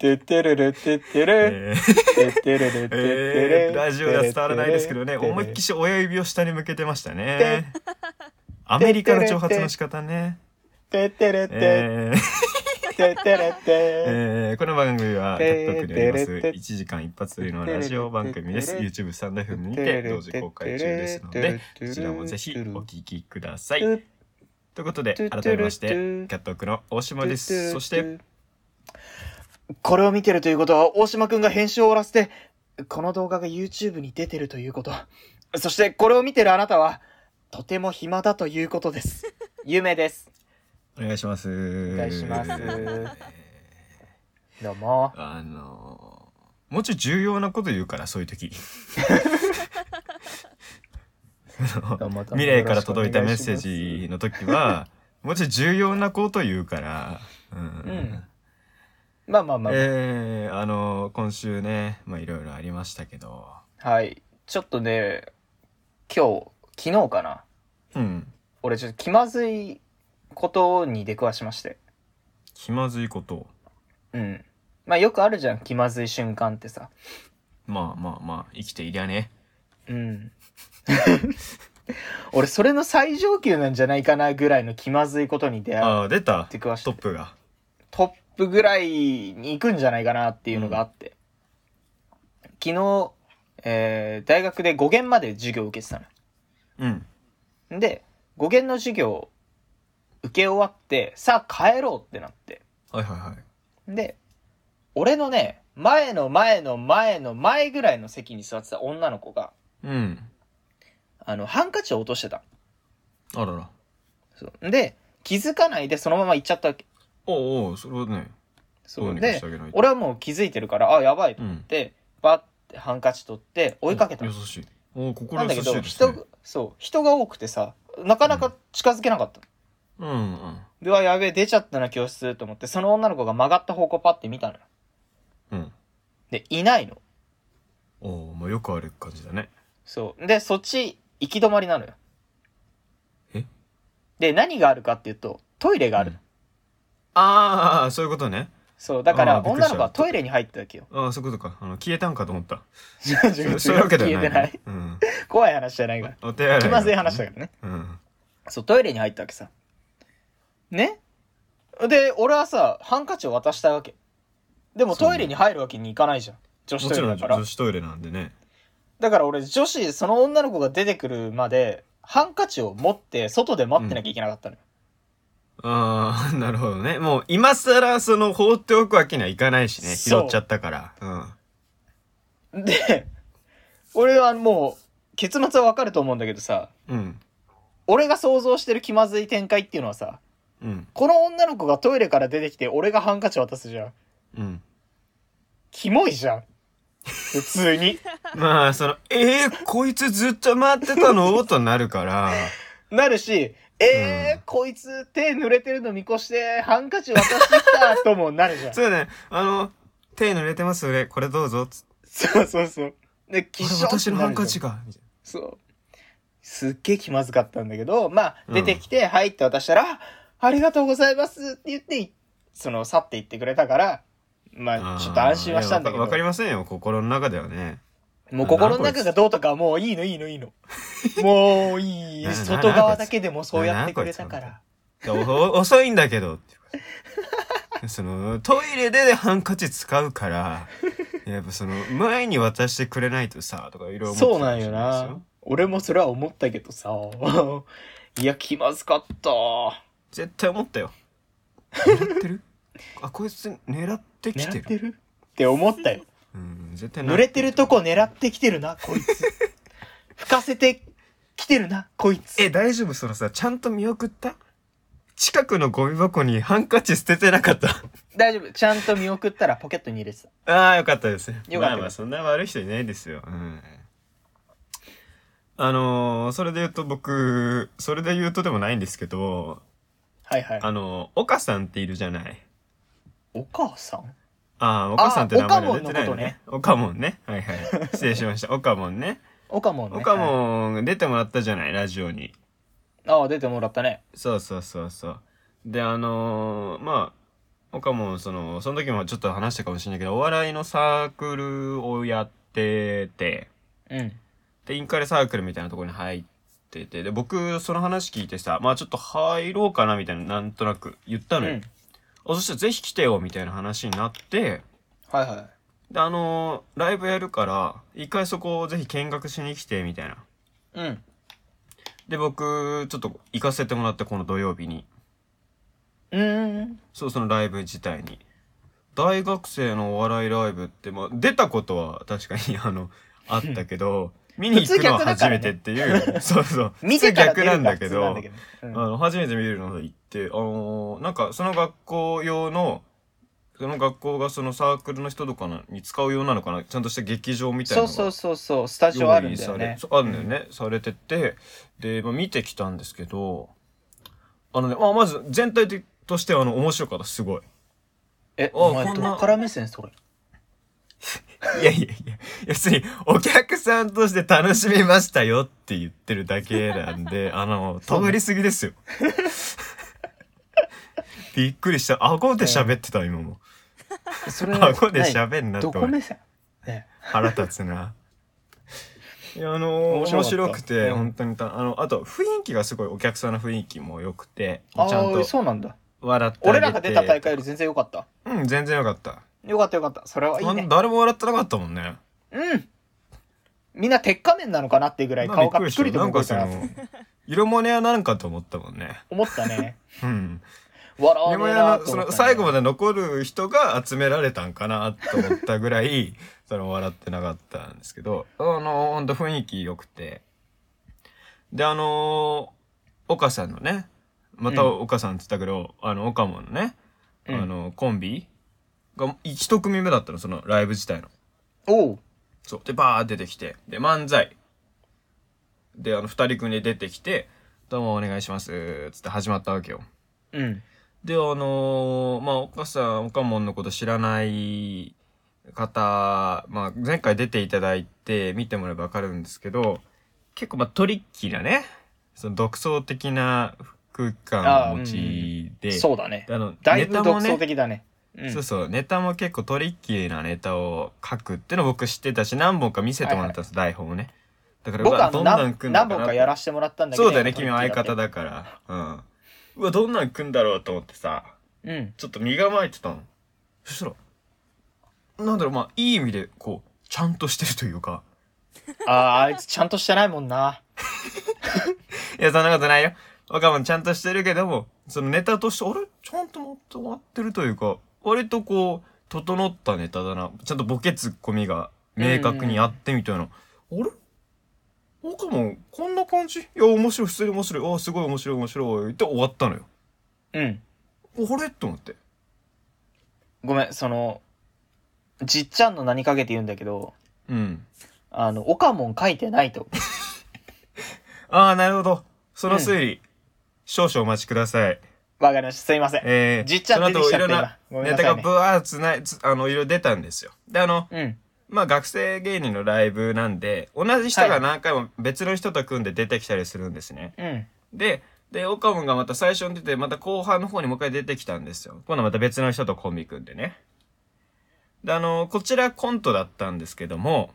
[SPEAKER 1] ててれれててれ
[SPEAKER 2] え
[SPEAKER 1] て
[SPEAKER 2] ー
[SPEAKER 1] てれれてて
[SPEAKER 2] え
[SPEAKER 1] れ
[SPEAKER 2] ー、ラジオでは伝わらないですけどね、思いっきし親指を下に向けてましたね。アメリカの挑発の仕方ね。
[SPEAKER 1] ててれて
[SPEAKER 2] えー
[SPEAKER 1] ててれて
[SPEAKER 2] えーこの番組は、TikTok であります、1時間一発撮りのラジオ番組です。YouTube サンダフムにて同時公開中ですので、そちらもぜひお聞きください。ということで、改めまして、キャットオークの大島です。そして、
[SPEAKER 1] これを見てるということは大島くんが編集を終わらせてこの動画が YouTube に出てるということそしてこれを見てるあなたはとても暇だということです夢です
[SPEAKER 2] お願いします。お
[SPEAKER 1] 願いしますどうも
[SPEAKER 2] あのーもうちょい重要なこと言うから、そういう時。あの
[SPEAKER 1] また
[SPEAKER 2] 未来から届いたメッ
[SPEAKER 1] よ
[SPEAKER 2] セー
[SPEAKER 1] ろし
[SPEAKER 2] ジの時は、もうちょい重要なこと言うから、うん。
[SPEAKER 1] んくお願いします。まあまあまあ、
[SPEAKER 2] えー、あの、今週ね、まあいろいろありましたけど、
[SPEAKER 1] はい。ちょっとね、今日、昨日かな。
[SPEAKER 2] うん。
[SPEAKER 1] 俺ちょっと気まずいことに出くわしまして。
[SPEAKER 2] 気まずいこと。
[SPEAKER 1] うん。まあよくあるじゃん、気まずい瞬間ってさ。
[SPEAKER 2] まあまあまあ、生きていりゃね。
[SPEAKER 1] うん。 俺それの最上級なんじゃないかなぐらいの気まずいことに出会
[SPEAKER 2] ああ、出た
[SPEAKER 1] ってくわし
[SPEAKER 2] トッ
[SPEAKER 1] て
[SPEAKER 2] プが。
[SPEAKER 1] トップぐらいに行くんじゃないかなっていうのがあって、昨日、えー大学で語源まで授業を受けてた
[SPEAKER 2] うん。
[SPEAKER 1] ので語源の授業を受け終わってさあ帰ろうってなって
[SPEAKER 2] はいはいはい。
[SPEAKER 1] で俺のね前の前の前の前ぐらいの席に座ってた女の子が
[SPEAKER 2] うん。
[SPEAKER 1] あのハンカチを落としてた
[SPEAKER 2] あらら。
[SPEAKER 1] そうで気づかないでそのまま行っちゃったわけ
[SPEAKER 2] おうおう、それはね、
[SPEAKER 1] そ
[SPEAKER 2] どう
[SPEAKER 1] う
[SPEAKER 2] にかし
[SPEAKER 1] で
[SPEAKER 2] てあげないと。
[SPEAKER 1] 俺はもう気づいてるからあやばいと
[SPEAKER 2] う
[SPEAKER 1] 思
[SPEAKER 2] ん
[SPEAKER 1] っ。て、バッてハンカチ取って追いかけた
[SPEAKER 2] お
[SPEAKER 1] の
[SPEAKER 2] 優しい。おう心
[SPEAKER 1] なんだ
[SPEAKER 2] 優し
[SPEAKER 1] け
[SPEAKER 2] い
[SPEAKER 1] ど、
[SPEAKER 2] です
[SPEAKER 1] 人
[SPEAKER 2] ね
[SPEAKER 1] が。、そう、人が多くてさ、なかなか近づけなかった。
[SPEAKER 2] うんうん。
[SPEAKER 1] では、やべえ、出ちゃったな、教室、と思って、その女の子が曲がった方向パッて見たのよ。
[SPEAKER 2] うん。
[SPEAKER 1] で、いないの。
[SPEAKER 2] おうまあよくある感じだね。
[SPEAKER 1] そう。で、そっち、行き止まりなのよ。
[SPEAKER 2] え
[SPEAKER 1] で、何があるかっていうと、トイレがある。
[SPEAKER 2] うんああ、そういうことね。
[SPEAKER 1] そう、だから
[SPEAKER 2] あ、ーびっくり
[SPEAKER 1] 女
[SPEAKER 2] した
[SPEAKER 1] の子はトイレに入ったわけよ。
[SPEAKER 2] ああ、そういうことか。あの、消えたんかと思った。
[SPEAKER 1] 違う違う違う
[SPEAKER 2] そういうわけで
[SPEAKER 1] 消
[SPEAKER 2] は
[SPEAKER 1] えて
[SPEAKER 2] ない。
[SPEAKER 1] ない。
[SPEAKER 2] うん。
[SPEAKER 1] 怖い話じゃないから。
[SPEAKER 2] お手洗い。
[SPEAKER 1] 気まずい話だからね。
[SPEAKER 2] うん。
[SPEAKER 1] そう、トイレに入ったわけさ。ねで、俺はさ、ハンカチを渡したわけ。でも
[SPEAKER 2] そうね
[SPEAKER 1] トイレに入るわけにいかないじゃん。女子
[SPEAKER 2] も
[SPEAKER 1] トイ
[SPEAKER 2] ち
[SPEAKER 1] レ
[SPEAKER 2] ろ
[SPEAKER 1] だ
[SPEAKER 2] ん
[SPEAKER 1] から
[SPEAKER 2] 女。子トイレなんでね。
[SPEAKER 1] だから俺、女子、その女の子が出てくるまで、ハンカチを持って、外で待ってなきゃいけなかったのよ。
[SPEAKER 2] ああ、 なるほどね。もう、今更、その、放っておくわけにはいかないしね。拾
[SPEAKER 1] そう
[SPEAKER 2] っちゃったから。うん。
[SPEAKER 1] で、俺はもう、結末はわかると思うんだけどさ、
[SPEAKER 2] うん。
[SPEAKER 1] 俺が想像してる気まずい展開っていうのはさ、
[SPEAKER 2] うん。
[SPEAKER 1] この女の子がトイレから出てきて、俺がハンカチ渡すじゃん。
[SPEAKER 2] うん。
[SPEAKER 1] キモいじゃん。普通に。
[SPEAKER 2] まあ、その、えー、こいつずっと待ってたのとな るから。
[SPEAKER 1] なるし、えー
[SPEAKER 2] うん
[SPEAKER 1] こいつ手濡れてるの見越してハンカチ渡してきたともなる じゃん。
[SPEAKER 2] そうだね。あの、手濡れてます俺、これどうぞ。つ
[SPEAKER 1] そうそうそう。で、
[SPEAKER 2] こ
[SPEAKER 1] き
[SPEAKER 2] れ
[SPEAKER 1] っしょってなる
[SPEAKER 2] 私
[SPEAKER 1] じゃん
[SPEAKER 2] のハンカチが。みたい
[SPEAKER 1] そう。すっげえ気まずかったんだけど、まあ、出てきて、入って渡したら、あありがとうございますって言って、いその、去っていってくれたから、ま
[SPEAKER 2] な
[SPEAKER 1] あ、ちょっと安心はしたんだ
[SPEAKER 2] い
[SPEAKER 1] け
[SPEAKER 2] やわかわかり
[SPEAKER 1] ど、
[SPEAKER 2] ませんよ、心の中ではね。
[SPEAKER 1] もう心の中がどうとか、もういいのいいのいいの。もう いい。
[SPEAKER 2] なな
[SPEAKER 1] 外側だけでもそうやってくれたか
[SPEAKER 2] な
[SPEAKER 1] ら。
[SPEAKER 2] お遅いんだけどっていうかそのトイレでハンカチ使うからやっぱその前に渡してくれないとさとかいろいろ
[SPEAKER 1] そうなんよな。俺もそれは思ったけどさ。いや、気まずかった。
[SPEAKER 2] 絶対思ったよ狙ってるあこいつ狙ってきて
[SPEAKER 1] 狙
[SPEAKER 2] る
[SPEAKER 1] ってるって思ったよ。
[SPEAKER 2] うん、絶対狙っ
[SPEAKER 1] 濡れてるとこ狙ってきて るな、こいつ。吹かせてきてるな、こいつ。
[SPEAKER 2] え大丈夫そのさちゃんと見送った近くのゴミ箱にハンカチ捨ててなかった
[SPEAKER 1] 大丈夫。ちゃんと見送ったらポケットに入れてた。
[SPEAKER 2] ああよかったですよかった
[SPEAKER 1] よかった
[SPEAKER 2] まあまあそんな悪い人いないですようんあのーそれで言うと僕それで言うとでもないんですけど
[SPEAKER 1] はいはい。
[SPEAKER 2] あの、岡さんっているじゃない。
[SPEAKER 1] お母さん
[SPEAKER 2] ああ、岡さんって名前が出てないのね
[SPEAKER 1] あ。
[SPEAKER 2] 岡門ね。はいはい。失礼しました。岡門 ね。
[SPEAKER 1] おかもんね。
[SPEAKER 2] 岡
[SPEAKER 1] はい
[SPEAKER 2] 門出てもらったじゃない、ラジオに。
[SPEAKER 1] ああ、出てもらったね。
[SPEAKER 2] そうそうそうそう。で、あのーまあ、岡門、その、その時もちょっと話したかもしれないけど、お笑いのサークルをやってて、
[SPEAKER 1] うん。
[SPEAKER 2] で、インカレサークルみたいなところに入ってて、で、僕、その話聞いてさ、まあちょっと入ろうかな、みたいな、なんとなく言った
[SPEAKER 1] う
[SPEAKER 2] のよ。
[SPEAKER 1] ん。
[SPEAKER 2] あそしたらぜひ来てよ、みたいな話になって、
[SPEAKER 1] はいは
[SPEAKER 2] で、あのーライブやるから、一回そこをぜひ見学しに来て、みたいな。
[SPEAKER 1] い。うん。
[SPEAKER 2] で、僕、ちょっと行かせてもらって、この土曜日に。
[SPEAKER 1] うーん。
[SPEAKER 2] そう、そのライブ自体に。大学生のお笑いライブって、まあ、出たことは確かに、 あの、あったけど、見に行くのは初めてっていう、そうそう。
[SPEAKER 1] 見てたら出
[SPEAKER 2] 普通逆な
[SPEAKER 1] る
[SPEAKER 2] ん
[SPEAKER 1] のが
[SPEAKER 2] だ
[SPEAKER 1] 普
[SPEAKER 2] け
[SPEAKER 1] 通な
[SPEAKER 2] ど
[SPEAKER 1] んだけ、ど。うん
[SPEAKER 2] あの、初めて見るので行って、あのーなんか、その学校用の、その学校がそのサークルの人とかなに使うようなのかなちゃんとした劇場みたいな
[SPEAKER 1] そ
[SPEAKER 2] の
[SPEAKER 1] う
[SPEAKER 2] が
[SPEAKER 1] そうそうそうスタジオあるんだよね
[SPEAKER 2] 用意されそうあるんだよね、されてて、で、まあ、見てきたんですけど、あのね、まあ、まず全体的としてはあの面白かった、すごい。
[SPEAKER 1] え
[SPEAKER 2] あ
[SPEAKER 1] お前
[SPEAKER 2] こんな
[SPEAKER 1] どっから目線それ
[SPEAKER 2] いやいやいや、別にお客さんとして楽しみましたよって言ってるだけなん で、あの、とがりすぎですよ。びっくりした。顎で喋ってた、今も。
[SPEAKER 1] それ
[SPEAKER 2] 顎で
[SPEAKER 1] 何
[SPEAKER 2] 喋んなと
[SPEAKER 1] ど
[SPEAKER 2] 思
[SPEAKER 1] こ
[SPEAKER 2] って。
[SPEAKER 1] 目線ね
[SPEAKER 2] 腹立つな。いや、あの
[SPEAKER 1] 面白か
[SPEAKER 2] ー面
[SPEAKER 1] った
[SPEAKER 2] 白くて、
[SPEAKER 1] うん
[SPEAKER 2] 本当にた、あの、あと、雰囲気がすごい、お客さんの雰囲気も良くて、ちゃ
[SPEAKER 1] ああ
[SPEAKER 2] んと
[SPEAKER 1] そうなんだ
[SPEAKER 2] 笑ってあげて。
[SPEAKER 1] 俺らが出た大会より全然良かった
[SPEAKER 2] うん、全然良かった。
[SPEAKER 1] よかったよかったそれはいい
[SPEAKER 2] あの
[SPEAKER 1] ね
[SPEAKER 2] 誰も笑ってなかったもんね。
[SPEAKER 1] うんみんな鉄仮面なのかなっていうぐらい
[SPEAKER 2] なん
[SPEAKER 1] 顔
[SPEAKER 2] か
[SPEAKER 1] がピ
[SPEAKER 2] びっ
[SPEAKER 1] っく
[SPEAKER 2] くり
[SPEAKER 1] り
[SPEAKER 2] し
[SPEAKER 1] と
[SPEAKER 2] たなん
[SPEAKER 1] 動
[SPEAKER 2] か
[SPEAKER 1] い
[SPEAKER 2] そ
[SPEAKER 1] たな
[SPEAKER 2] の、色モネアなんかと思ったもんね。
[SPEAKER 1] 思ったね
[SPEAKER 2] うん。
[SPEAKER 1] 笑わ
[SPEAKER 2] 色
[SPEAKER 1] ね
[SPEAKER 2] モネ
[SPEAKER 1] え
[SPEAKER 2] ア
[SPEAKER 1] な
[SPEAKER 2] の、
[SPEAKER 1] と
[SPEAKER 2] そ
[SPEAKER 1] 思った
[SPEAKER 2] の、
[SPEAKER 1] ね
[SPEAKER 2] 最後まで残る人が集められたんかなと思ったぐ らい、その、笑ってなかったんですけど、あの、ほんと雰囲気良くて。で、あの、岡さんのね、また
[SPEAKER 1] うん
[SPEAKER 2] 岡さんって言ったけど、あの、岡ものね、
[SPEAKER 1] うん
[SPEAKER 2] あの、コンビが一組目だったの、その、ライブ自体の。
[SPEAKER 1] おう
[SPEAKER 2] そう。で、バー出てきて、で、漫才。で、あの、二人組で出てきて、どうもお願いします。つって始まったわけよ。
[SPEAKER 1] うん
[SPEAKER 2] で、あのーまあ、岡さん、岡門のこと知らない方、まあ、前回出ていただいて見てもらえばわかるんですけど、結構まあ、トリッキーなね、その独創的な空間を持ちで、
[SPEAKER 1] そうだね
[SPEAKER 2] あの、
[SPEAKER 1] だい
[SPEAKER 2] ネ
[SPEAKER 1] ぶ
[SPEAKER 2] タも
[SPEAKER 1] 独
[SPEAKER 2] ね
[SPEAKER 1] 創、的だねうん
[SPEAKER 2] そうそう、ネタも結構トリッキーなネタを書くっての僕知ってたし、何本か見せてもらったんです、台本をね。だから、
[SPEAKER 1] 僕はあの
[SPEAKER 2] どんな
[SPEAKER 1] 何
[SPEAKER 2] ん組んだ
[SPEAKER 1] 何
[SPEAKER 2] か
[SPEAKER 1] 本
[SPEAKER 2] な
[SPEAKER 1] かやらせてもらったんだけど
[SPEAKER 2] そうだよね、君は相方
[SPEAKER 1] だ
[SPEAKER 2] だから。うん。うわ、どんなん組んだろうと思ってさ、
[SPEAKER 1] うん
[SPEAKER 2] ちょっと身構えてたの。そしたら、なんだろう、まあ、いい意味で、こう、ちゃんとしてるというか、
[SPEAKER 1] あああいつちゃんとしてないもんない
[SPEAKER 2] や、そんなことないよ。若者ちゃんとしてるけども、そのネタとして、あれちゃんとまとまってるというか、割とこう、整ったネタだな。ちゃんとボケツッコミが明確にあってみたいな。あれ若者こんな感じいや、面白い、普通に面白い。あすごい面白い、面白い。って終わったのよ。
[SPEAKER 1] うん
[SPEAKER 2] あれと思って。
[SPEAKER 1] ごめんそのじっちゃんの名にかけて言うんだけど
[SPEAKER 2] うん。
[SPEAKER 1] あの岡門書いてないと
[SPEAKER 2] ああ、なるほど。その推理、少々お待ちください。
[SPEAKER 1] わかりましたすいません
[SPEAKER 2] えー、
[SPEAKER 1] じっちゃん出てきちゃった
[SPEAKER 2] その後
[SPEAKER 1] 今ご
[SPEAKER 2] いろん
[SPEAKER 1] めん
[SPEAKER 2] なネ
[SPEAKER 1] なさ
[SPEAKER 2] タが
[SPEAKER 1] いね
[SPEAKER 2] ブワーつない、つあの、いろいろ出たんですよ。で、あの、
[SPEAKER 1] うん
[SPEAKER 2] まあ学生芸人のライブなんで、同じ人が何回も別の人と組んで出てきたりするんですね。
[SPEAKER 1] うん
[SPEAKER 2] で、で、岡本がまた最初に出て、また後半の方にもう一回出てきたんですよ。今度また別の人とコンビ組んでね。で、あの、こちらコントだったんですけども、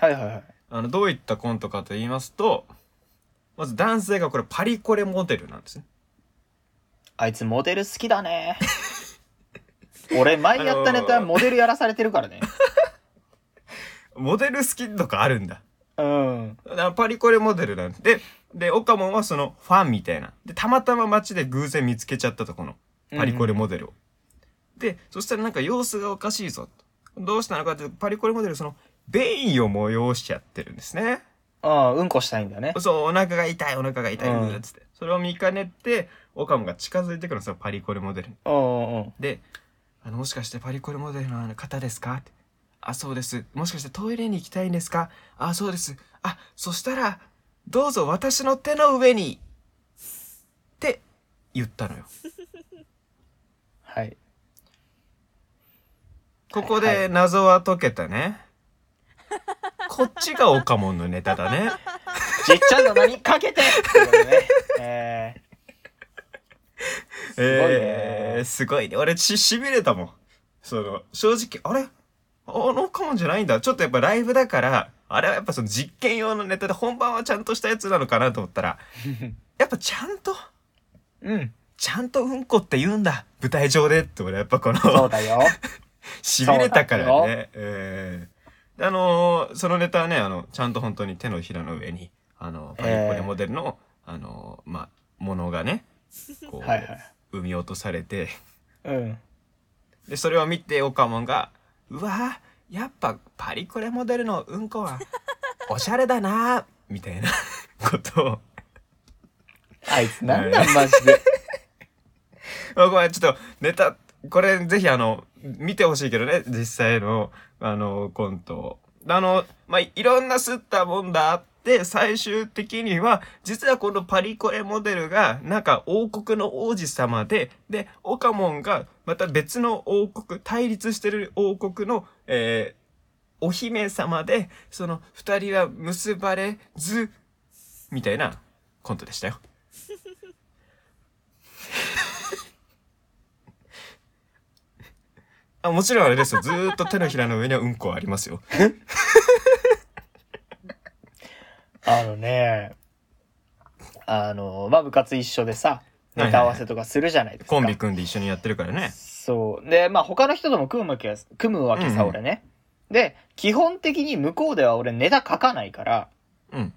[SPEAKER 1] はいはいはい
[SPEAKER 2] あの、どういったコントかと言いますと、まず男性がこれパリコレモデルなんですね。
[SPEAKER 1] あいつモデル好きだね俺前やったネタモデルやらされてるからね
[SPEAKER 2] モデル好きとかあるんだ。
[SPEAKER 1] うん
[SPEAKER 2] だからパリコレモデルなんで、で、で、岡本はそのファンみたいな。で、たまたま街で偶然見つけちゃったと、このパリコレモデルを。で、そしたらなんか様子がおかしいぞと。どうしたのかっていうと、パリコレモデルその、便意を催しちゃってるんですね。
[SPEAKER 1] ああうんこしたいんだよね
[SPEAKER 2] そう、お腹が痛い、お腹が痛い、
[SPEAKER 1] うん
[SPEAKER 2] うーっつって。それを見かねて、岡本が近づいてくるんですよ、パリコレモデルに。
[SPEAKER 1] うんうんうん
[SPEAKER 2] で、あの、もしかしてパリコレモデルのあの方ですかって。あ、そうです。もしかしてトイレに行きたいんですかあ、そうです。あ、そしたら、どうぞ私の手の上にって言ったのよ。
[SPEAKER 1] はい
[SPEAKER 2] ここ
[SPEAKER 1] はいは
[SPEAKER 2] で謎は解けたね。こっちがオカモンのネタだね。
[SPEAKER 1] じっちゃんの名にかけてってことねえー
[SPEAKER 2] す
[SPEAKER 1] ごいね
[SPEAKER 2] えー、すごいね。俺、し、痺れたもん。その、正直、あれあのカモンじゃないんだ。ちょっとやっぱライブだから、あれはやっぱその実験用のネタで本番はちゃんとしたやつなのかなと思 ったら、やっぱちゃんと、
[SPEAKER 1] うん
[SPEAKER 2] ちゃんとうんこって言うんだ。舞台上でって俺やっぱこ
[SPEAKER 1] そう
[SPEAKER 2] の、
[SPEAKER 1] だよ
[SPEAKER 2] 痺れたから
[SPEAKER 1] そうだ
[SPEAKER 2] ね。えー、であのーそのネタはね、あの、ちゃんと本当に手のひらの上に、あの、パリコレモデルの、あのーまあ、ものがね、こう、
[SPEAKER 1] はいはい
[SPEAKER 2] 産み落とされて、
[SPEAKER 1] うん
[SPEAKER 2] で、それを見て、オカモンが、うわぁ、やっぱパリコレモデルのうんこは、おしゃれだなぁ、みたいなことを。
[SPEAKER 1] あいつなんなんマジで
[SPEAKER 2] あごめん、ちょっとネタ、これぜひあの、見てほしいけどね、実際の、あの、コントを。あの、まあ、いろんなすったもんだあって、最終的には、実はこのパリコレモデルが、なんか王国の王子様で、で、オカモンが、また別の王国、対立してる王国の、えー、お姫様で、その二人は結ばれず、みたいなコントでしたよ。あ、もちろんあれですよ。ずーっと手のひらの上にはうんこはありますよ。
[SPEAKER 1] あのね、あの、まあ、部活一緒でさ、
[SPEAKER 2] はいはいはい
[SPEAKER 1] ネタ合わせとかするじゃないですか。
[SPEAKER 2] コンビ組んで一緒にやってるからね。
[SPEAKER 1] そう。で、まあ、他の人とも組むわけ、組むわけさ、
[SPEAKER 2] うんうん
[SPEAKER 1] 俺ね。で、基本的に向こうでは俺ネタ書かないから、
[SPEAKER 2] うん。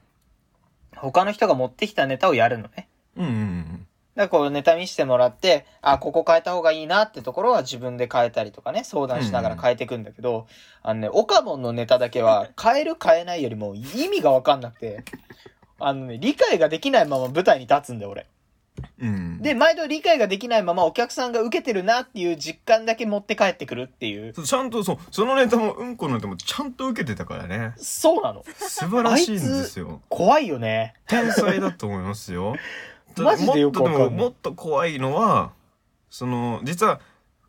[SPEAKER 1] 他の人が持ってきたネタをやるのね。
[SPEAKER 2] うんうんうん。
[SPEAKER 1] だからこうネタ見してもらって、あ、ここ変えた方がいいなってところは自分で変えたりとかね、相談しながら変えていくんだけど、あのね、オカモンのネタだけは変える変えないよりも意味がわかんなくて、あのね、理解ができないまま舞台に立つんだよ、俺。
[SPEAKER 2] うん。
[SPEAKER 1] で、毎度理解ができないままお客さんが受けてるなっていう実感だけ持って帰ってくるっていう。
[SPEAKER 2] そう、ちゃんとそう、そのネタもうんこのネタもちゃんと受けてたからね。
[SPEAKER 1] そうなの。
[SPEAKER 2] 素晴らしいんですよ。
[SPEAKER 1] 怖いよね。
[SPEAKER 2] 天才だと思いますよ。
[SPEAKER 1] マジでよくわかんない
[SPEAKER 2] もっとでももっと怖いのは、その、実は、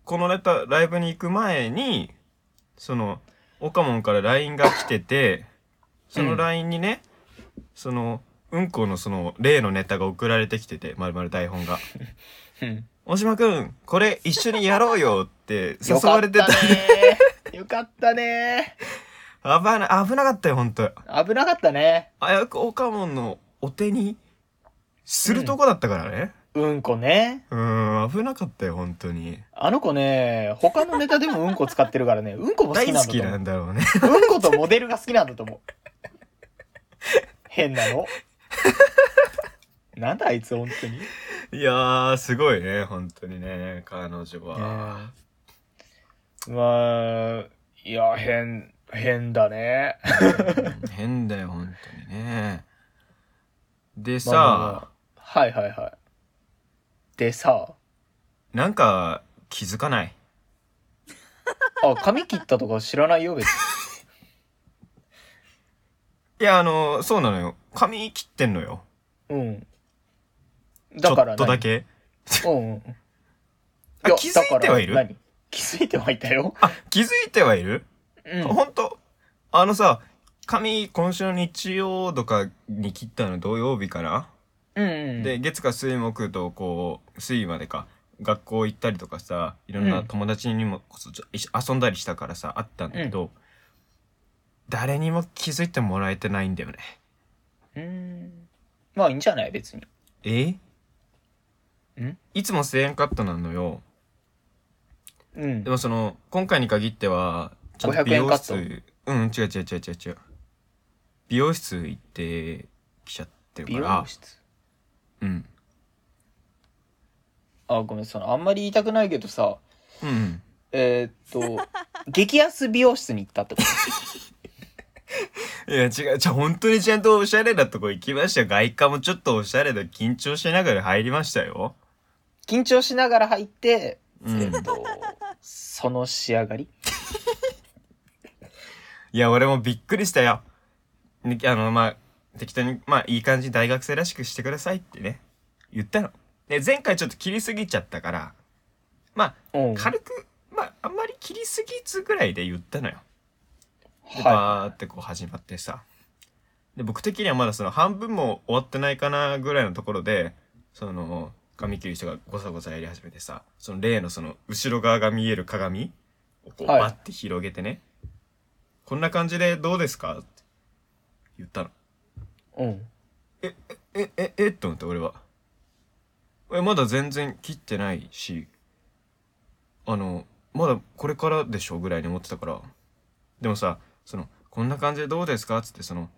[SPEAKER 2] このネタ、ライブに行く前に、その、オカモンから LINE が来てて、その LINE にね、その、うんこのその、例のネタが送られてきてて、まるまる台本が。
[SPEAKER 1] うん。
[SPEAKER 2] 大島くん、これ一緒にやろうよって誘
[SPEAKER 1] よか
[SPEAKER 2] わ
[SPEAKER 1] っ
[SPEAKER 2] れ
[SPEAKER 1] た
[SPEAKER 2] てた。
[SPEAKER 1] ね。よかったね。
[SPEAKER 2] 危な、危なかったよ、ほんと。
[SPEAKER 1] 危なかったね。
[SPEAKER 2] あやくオカモンのお手にするとこだったからね。
[SPEAKER 1] うんこね。
[SPEAKER 2] うん、危なかったよ、本当に。
[SPEAKER 1] あの子ね、他のネタでもうんこ使ってるからね、うんこも好
[SPEAKER 2] 大
[SPEAKER 1] きなん
[SPEAKER 2] 好
[SPEAKER 1] だ
[SPEAKER 2] き
[SPEAKER 1] と
[SPEAKER 2] な
[SPEAKER 1] 思
[SPEAKER 2] んだろうね。
[SPEAKER 1] う。うんことモデルが好きなんだと思う。変なの。なんだあいつ、本当に。
[SPEAKER 2] いやー、すごいね、本当にね、彼女は。
[SPEAKER 1] まあ、いや、変、変だね。
[SPEAKER 2] うん変だよ、本当にね。でさ、
[SPEAKER 1] まあまあまあはいはいはい。でさ、
[SPEAKER 2] なんか気づかない。
[SPEAKER 1] あ、髪切ったとか知らないよ、別に。
[SPEAKER 2] いや、あの、そうなのよ。髪切ってんのよ。
[SPEAKER 1] うん。だから
[SPEAKER 2] ちょっとだ
[SPEAKER 1] 何。
[SPEAKER 2] け。
[SPEAKER 1] うんうん。
[SPEAKER 2] あ
[SPEAKER 1] や
[SPEAKER 2] 気づいてはいる
[SPEAKER 1] だから何気づいてはいたよ。
[SPEAKER 2] あ、気づいてはいる、
[SPEAKER 1] うん。
[SPEAKER 2] ほんと。あのさ、髪今週の日曜とかに切ったの土曜日かな
[SPEAKER 1] うんうん。
[SPEAKER 2] で月火水木とこう水までか学校行ったりとかさいろん
[SPEAKER 1] う
[SPEAKER 2] なん友達にもこそちょ一緒遊んだりしたからさあったんだけど、誰にも気づいてもらえてないんだよね
[SPEAKER 1] うーんまあいいんじゃない別に。
[SPEAKER 2] え
[SPEAKER 1] ん
[SPEAKER 2] いつも1000円カットなのよ
[SPEAKER 1] うん
[SPEAKER 2] で。もその今回に限ってはちゃんと
[SPEAKER 1] 500
[SPEAKER 2] 美
[SPEAKER 1] 円カ
[SPEAKER 2] 容
[SPEAKER 1] ット
[SPEAKER 2] 室うん違う違う違う違う違う美容室行ってきちゃってる
[SPEAKER 1] 美
[SPEAKER 2] か
[SPEAKER 1] 容
[SPEAKER 2] ら
[SPEAKER 1] 室
[SPEAKER 2] うん
[SPEAKER 1] あ、ごめん、その、あんまり言いたくないけどさ、
[SPEAKER 2] うんうん
[SPEAKER 1] えーっと、 激安美容室に行ったってこ
[SPEAKER 2] いや、違う、じゃ、本当にちゃんとおしゃれなとこ行きましたよ。外貨もちょっとおしゃれで緊張しながら入りましたよ。
[SPEAKER 1] と。緊張しながら入って、
[SPEAKER 2] うん
[SPEAKER 1] えーっと、その仕上がり
[SPEAKER 2] いや、俺もびっくりしたよ。ねあの、まあ、適当に、まあ、いい感じに大学生らしくしてくださいってね、言ったの。で、前回ちょっと切りすぎちゃったから、ま
[SPEAKER 1] う
[SPEAKER 2] あ、
[SPEAKER 1] ん。
[SPEAKER 2] 軽く、まあ、あんまり切りすぎずぐらいで言ったのよ。で、
[SPEAKER 1] は
[SPEAKER 2] バーってこう始まってさ。で、僕的にはまだその半分も終わってないかなぐらいのところで、その、髪切る人がごさごさやり始めてさ、その例のその後ろ側が見える鏡をこう
[SPEAKER 1] はい
[SPEAKER 2] バッて広げてね、こんな感じでどうですかって言ったの。
[SPEAKER 1] い。うん。
[SPEAKER 2] え、え、え、え、えと思って俺は。え、まだ全然切ってないし、あの、まだこれからでしょぐらいに思ってたから。でもさ、その、こんな感じでどうですかつってその、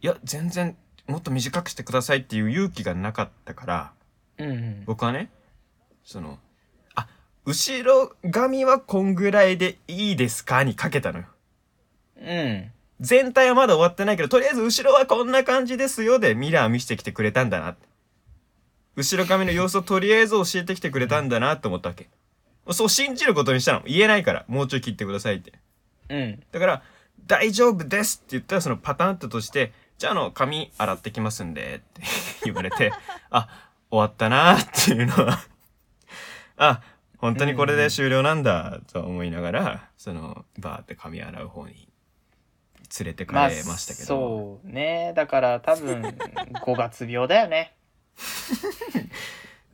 [SPEAKER 2] いや、全然、もっと短くしてくださいっていう勇気がなかったから、
[SPEAKER 1] うんうん。
[SPEAKER 2] 僕はね、その、あ、後ろ髪はこんぐらいでいいですかにかけたのよ。
[SPEAKER 1] うん。
[SPEAKER 2] 全体はまだ終わってないけど、とりあえず後ろはこんな感じですよでミラー見せてきてくれたんだなって。後ろ髪の様子をとりあえず教えてきてくれたんだなって思ったわけ。そう信じることにしたの。言えないから、もうちょい切ってくださいって。
[SPEAKER 1] うん。
[SPEAKER 2] だから、大丈夫ですって言ったらそのパターンとして、じゃああの、髪洗ってきますんで、って言われ て、あ、終わったなーっていうのは、 あ、本当にこれで終了なんだと思いながら、その、バーって髪洗う方に連れてか
[SPEAKER 1] まあ、
[SPEAKER 2] れましたけど。
[SPEAKER 1] そうね。だから多分、5月 病だよね。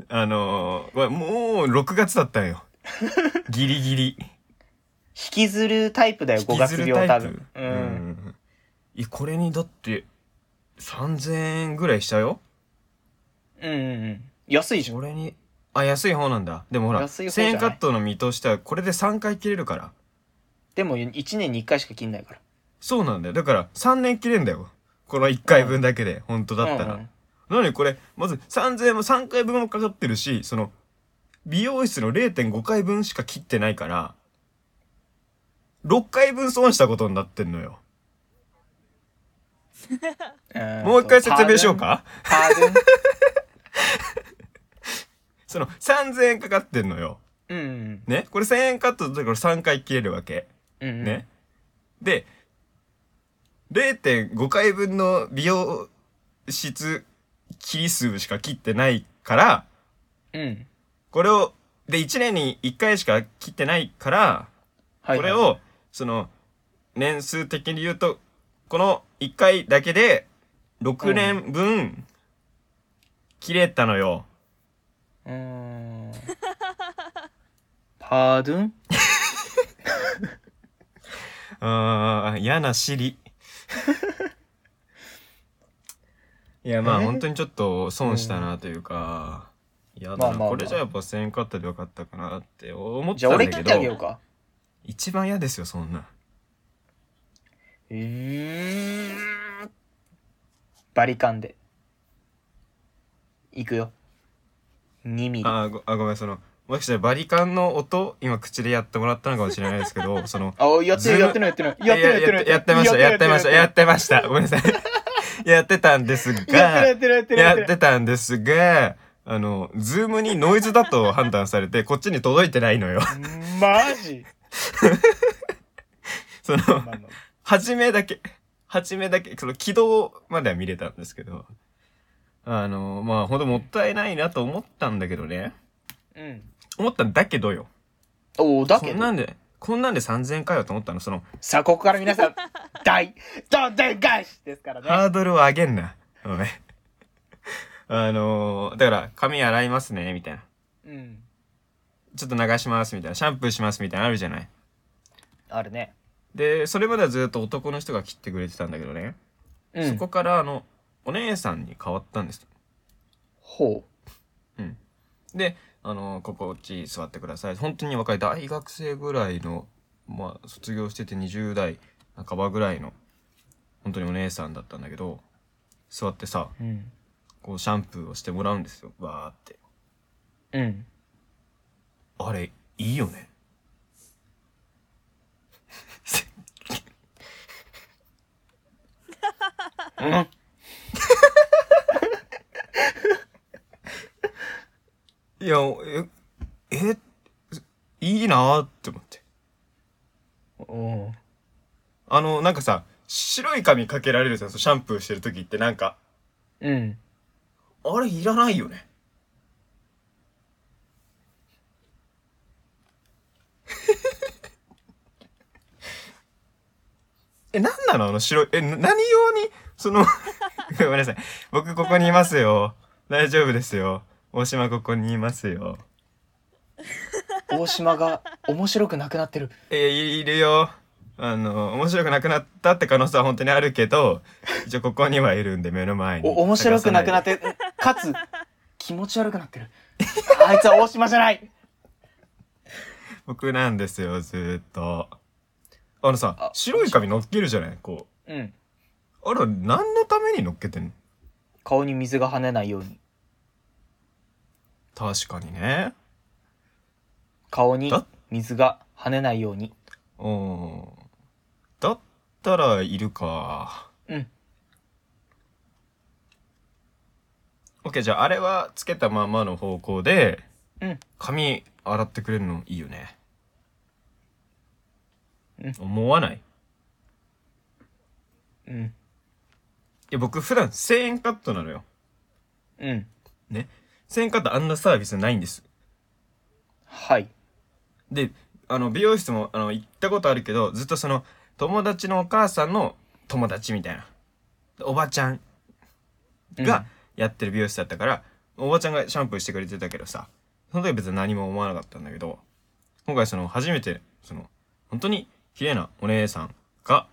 [SPEAKER 2] あのー、これもう6月だった んよ。ギリギリ。
[SPEAKER 1] 引きずるタイプだよ、5
[SPEAKER 2] 引きず
[SPEAKER 1] 月
[SPEAKER 2] る
[SPEAKER 1] 病
[SPEAKER 2] タ
[SPEAKER 1] 多
[SPEAKER 2] イプ
[SPEAKER 1] 分。う。
[SPEAKER 2] うんん。いや、これにだって、3000円ぐらいしたよ。
[SPEAKER 1] うんうんうん。安いじゃん。
[SPEAKER 2] 俺にあ安い方なんだでもほら
[SPEAKER 1] 安い方
[SPEAKER 2] 1000
[SPEAKER 1] じゃない
[SPEAKER 2] 円カットの身としてはこれで3回切れるから
[SPEAKER 1] でも1年に1回しか切んないから。
[SPEAKER 2] そうなんだよだから3年切れんだよこの1回分だけで、本当だったら、
[SPEAKER 1] うんうん
[SPEAKER 2] なのにこれまず3000円も3回分もかかってるしその美容室の0.5回分しか切ってないから6回分損したことになってんのよ
[SPEAKER 1] ん
[SPEAKER 2] もう一回説明しよう。か
[SPEAKER 1] パーグンパー
[SPEAKER 2] その3000円かかってんのよ
[SPEAKER 1] グンうん
[SPEAKER 2] ねこれ1000円カットだとこれ3回切れるわけ
[SPEAKER 1] うん。うんうん。
[SPEAKER 2] ね。で、0.5回分の美容室切り数しか切ってないから、
[SPEAKER 1] うん。
[SPEAKER 2] これを、で、1年に1回しか切ってないから、
[SPEAKER 1] はいはい。
[SPEAKER 2] これを、その、年数的に言うと、この1回だけで、6年分、切れたのよ。
[SPEAKER 1] うーん。パードゥン
[SPEAKER 2] ああ、嫌 な尻。いや、まあ、
[SPEAKER 1] え
[SPEAKER 2] 本当にちょっと損したなというか、いやだな、
[SPEAKER 1] まあまあまあ
[SPEAKER 2] これじゃやっぱ1000円買ったでよかったかなって思っ
[SPEAKER 1] じ
[SPEAKER 2] た
[SPEAKER 1] ゃあ
[SPEAKER 2] んだ
[SPEAKER 1] 俺切
[SPEAKER 2] けど。
[SPEAKER 1] ってあげようか。
[SPEAKER 2] 一番嫌ですよ、そんな。
[SPEAKER 1] うーん。バリカンで。いくよ。2ミリ。
[SPEAKER 2] あーごあ、ごめん、その、もしかしたらバリカンの音、今口でやってもらったのかもしれないですけ ど、その、
[SPEAKER 1] あ、やって
[SPEAKER 2] ズー
[SPEAKER 1] る
[SPEAKER 2] ム
[SPEAKER 1] やってないやってない。やってない
[SPEAKER 2] いやややってました、やってました、やってました。ごめん なさい。やってたんですが、
[SPEAKER 1] やってるやってるや
[SPEAKER 2] や
[SPEAKER 1] っ
[SPEAKER 2] って
[SPEAKER 1] るやってるやってるやってるやって
[SPEAKER 2] てたんですが、あの、ズームにノイズだと判断されて、こっ ちに届いてないのよ。
[SPEAKER 1] るマジ
[SPEAKER 2] その、
[SPEAKER 1] まあまあ
[SPEAKER 2] 初めだけ、初めだけ、その起動までは見れたんですけど、あの、まあ、ほんともったいないなと思ったんだけどね。
[SPEAKER 1] うん。
[SPEAKER 2] 思ったんだけどよ。
[SPEAKER 1] おーだ
[SPEAKER 2] こ
[SPEAKER 1] け
[SPEAKER 2] ん
[SPEAKER 1] ど
[SPEAKER 2] なんで、こんなんで3000回よと思ったの、その、
[SPEAKER 1] さあ、ここから皆さん、大、どんでん返しですからね。
[SPEAKER 2] ハードルを上げんな。おい。あの、だから、髪洗いますね、みたいな。
[SPEAKER 1] うん。
[SPEAKER 2] ちょっと流します、みたいな。シャンプーします、みたいな、あるじゃない。
[SPEAKER 1] あるね。
[SPEAKER 2] で、それまではずっと男の人が切ってくれてたんだけどね。
[SPEAKER 1] う
[SPEAKER 2] そ
[SPEAKER 1] ん
[SPEAKER 2] こ。から、あの、お姉さんに変わったんです。
[SPEAKER 1] ほ
[SPEAKER 2] うん。で、あの、ここっち座ってください。本当に若い大学生ぐらいの、まあ、卒業してて20代半ばぐらいの、本当にお姉さんだったんだけど、座ってさ、
[SPEAKER 1] う。うん。
[SPEAKER 2] こうシャンプーをしてもらうんですよ。わーって。
[SPEAKER 1] うん。
[SPEAKER 2] あれ、いいよね。
[SPEAKER 1] うん。
[SPEAKER 2] いや、え、え、いいなーって思って。
[SPEAKER 1] おー
[SPEAKER 2] あの、なんかさ、白い髪かけられるじゃん、そのシャンプーしてる時ってなんか、
[SPEAKER 1] うん。
[SPEAKER 2] あれいらないよね。 え、なんなのあの白い、え、な何用に、その、 ごめんなさい。僕ここにいますよ。大丈夫ですよ。大島ここにいますよ。
[SPEAKER 1] 大島が面白くなくなってる。
[SPEAKER 2] え、いいるよ。あの、面白くなくなったって可能性は本当にあるけど、一応ここにはいるんで目の前に。。
[SPEAKER 1] お、面白くなくなってて、かつ、気持ち悪くなってる。あいつは大島じゃない
[SPEAKER 2] 僕なんですよ、ずーっと。あのさ、白い髪乗っけるじゃないこう。
[SPEAKER 1] うん。
[SPEAKER 2] あら、何のために乗っけてんの
[SPEAKER 1] 顔に水が跳ねないように。
[SPEAKER 2] 確かにね。
[SPEAKER 1] 顔に
[SPEAKER 2] だ
[SPEAKER 1] 水が跳ねないように。
[SPEAKER 2] うん。だったら、いるか。
[SPEAKER 1] うん。
[SPEAKER 2] オッケー、じゃあ、あれはつけたままの方向で、
[SPEAKER 1] うん
[SPEAKER 2] 髪洗ってくれるのいいよね。
[SPEAKER 1] うん
[SPEAKER 2] 思わないい
[SPEAKER 1] うん。
[SPEAKER 2] や、僕普段1000円カットなのよ。
[SPEAKER 1] うん。
[SPEAKER 2] ね。1000円カットあんなサービスないんです。
[SPEAKER 1] はい。
[SPEAKER 2] で、あの、美容室も、あの、行ったことあるけど、ずっとその、友達のお母さんの友達みたいな。おばちゃんがやってる美容室だったから、おばちゃんがシャンプーしてくれてたけどさ、その時は別に何も思わなかったんだけど、今回その初めて、その、本当に綺麗なお姉さんが、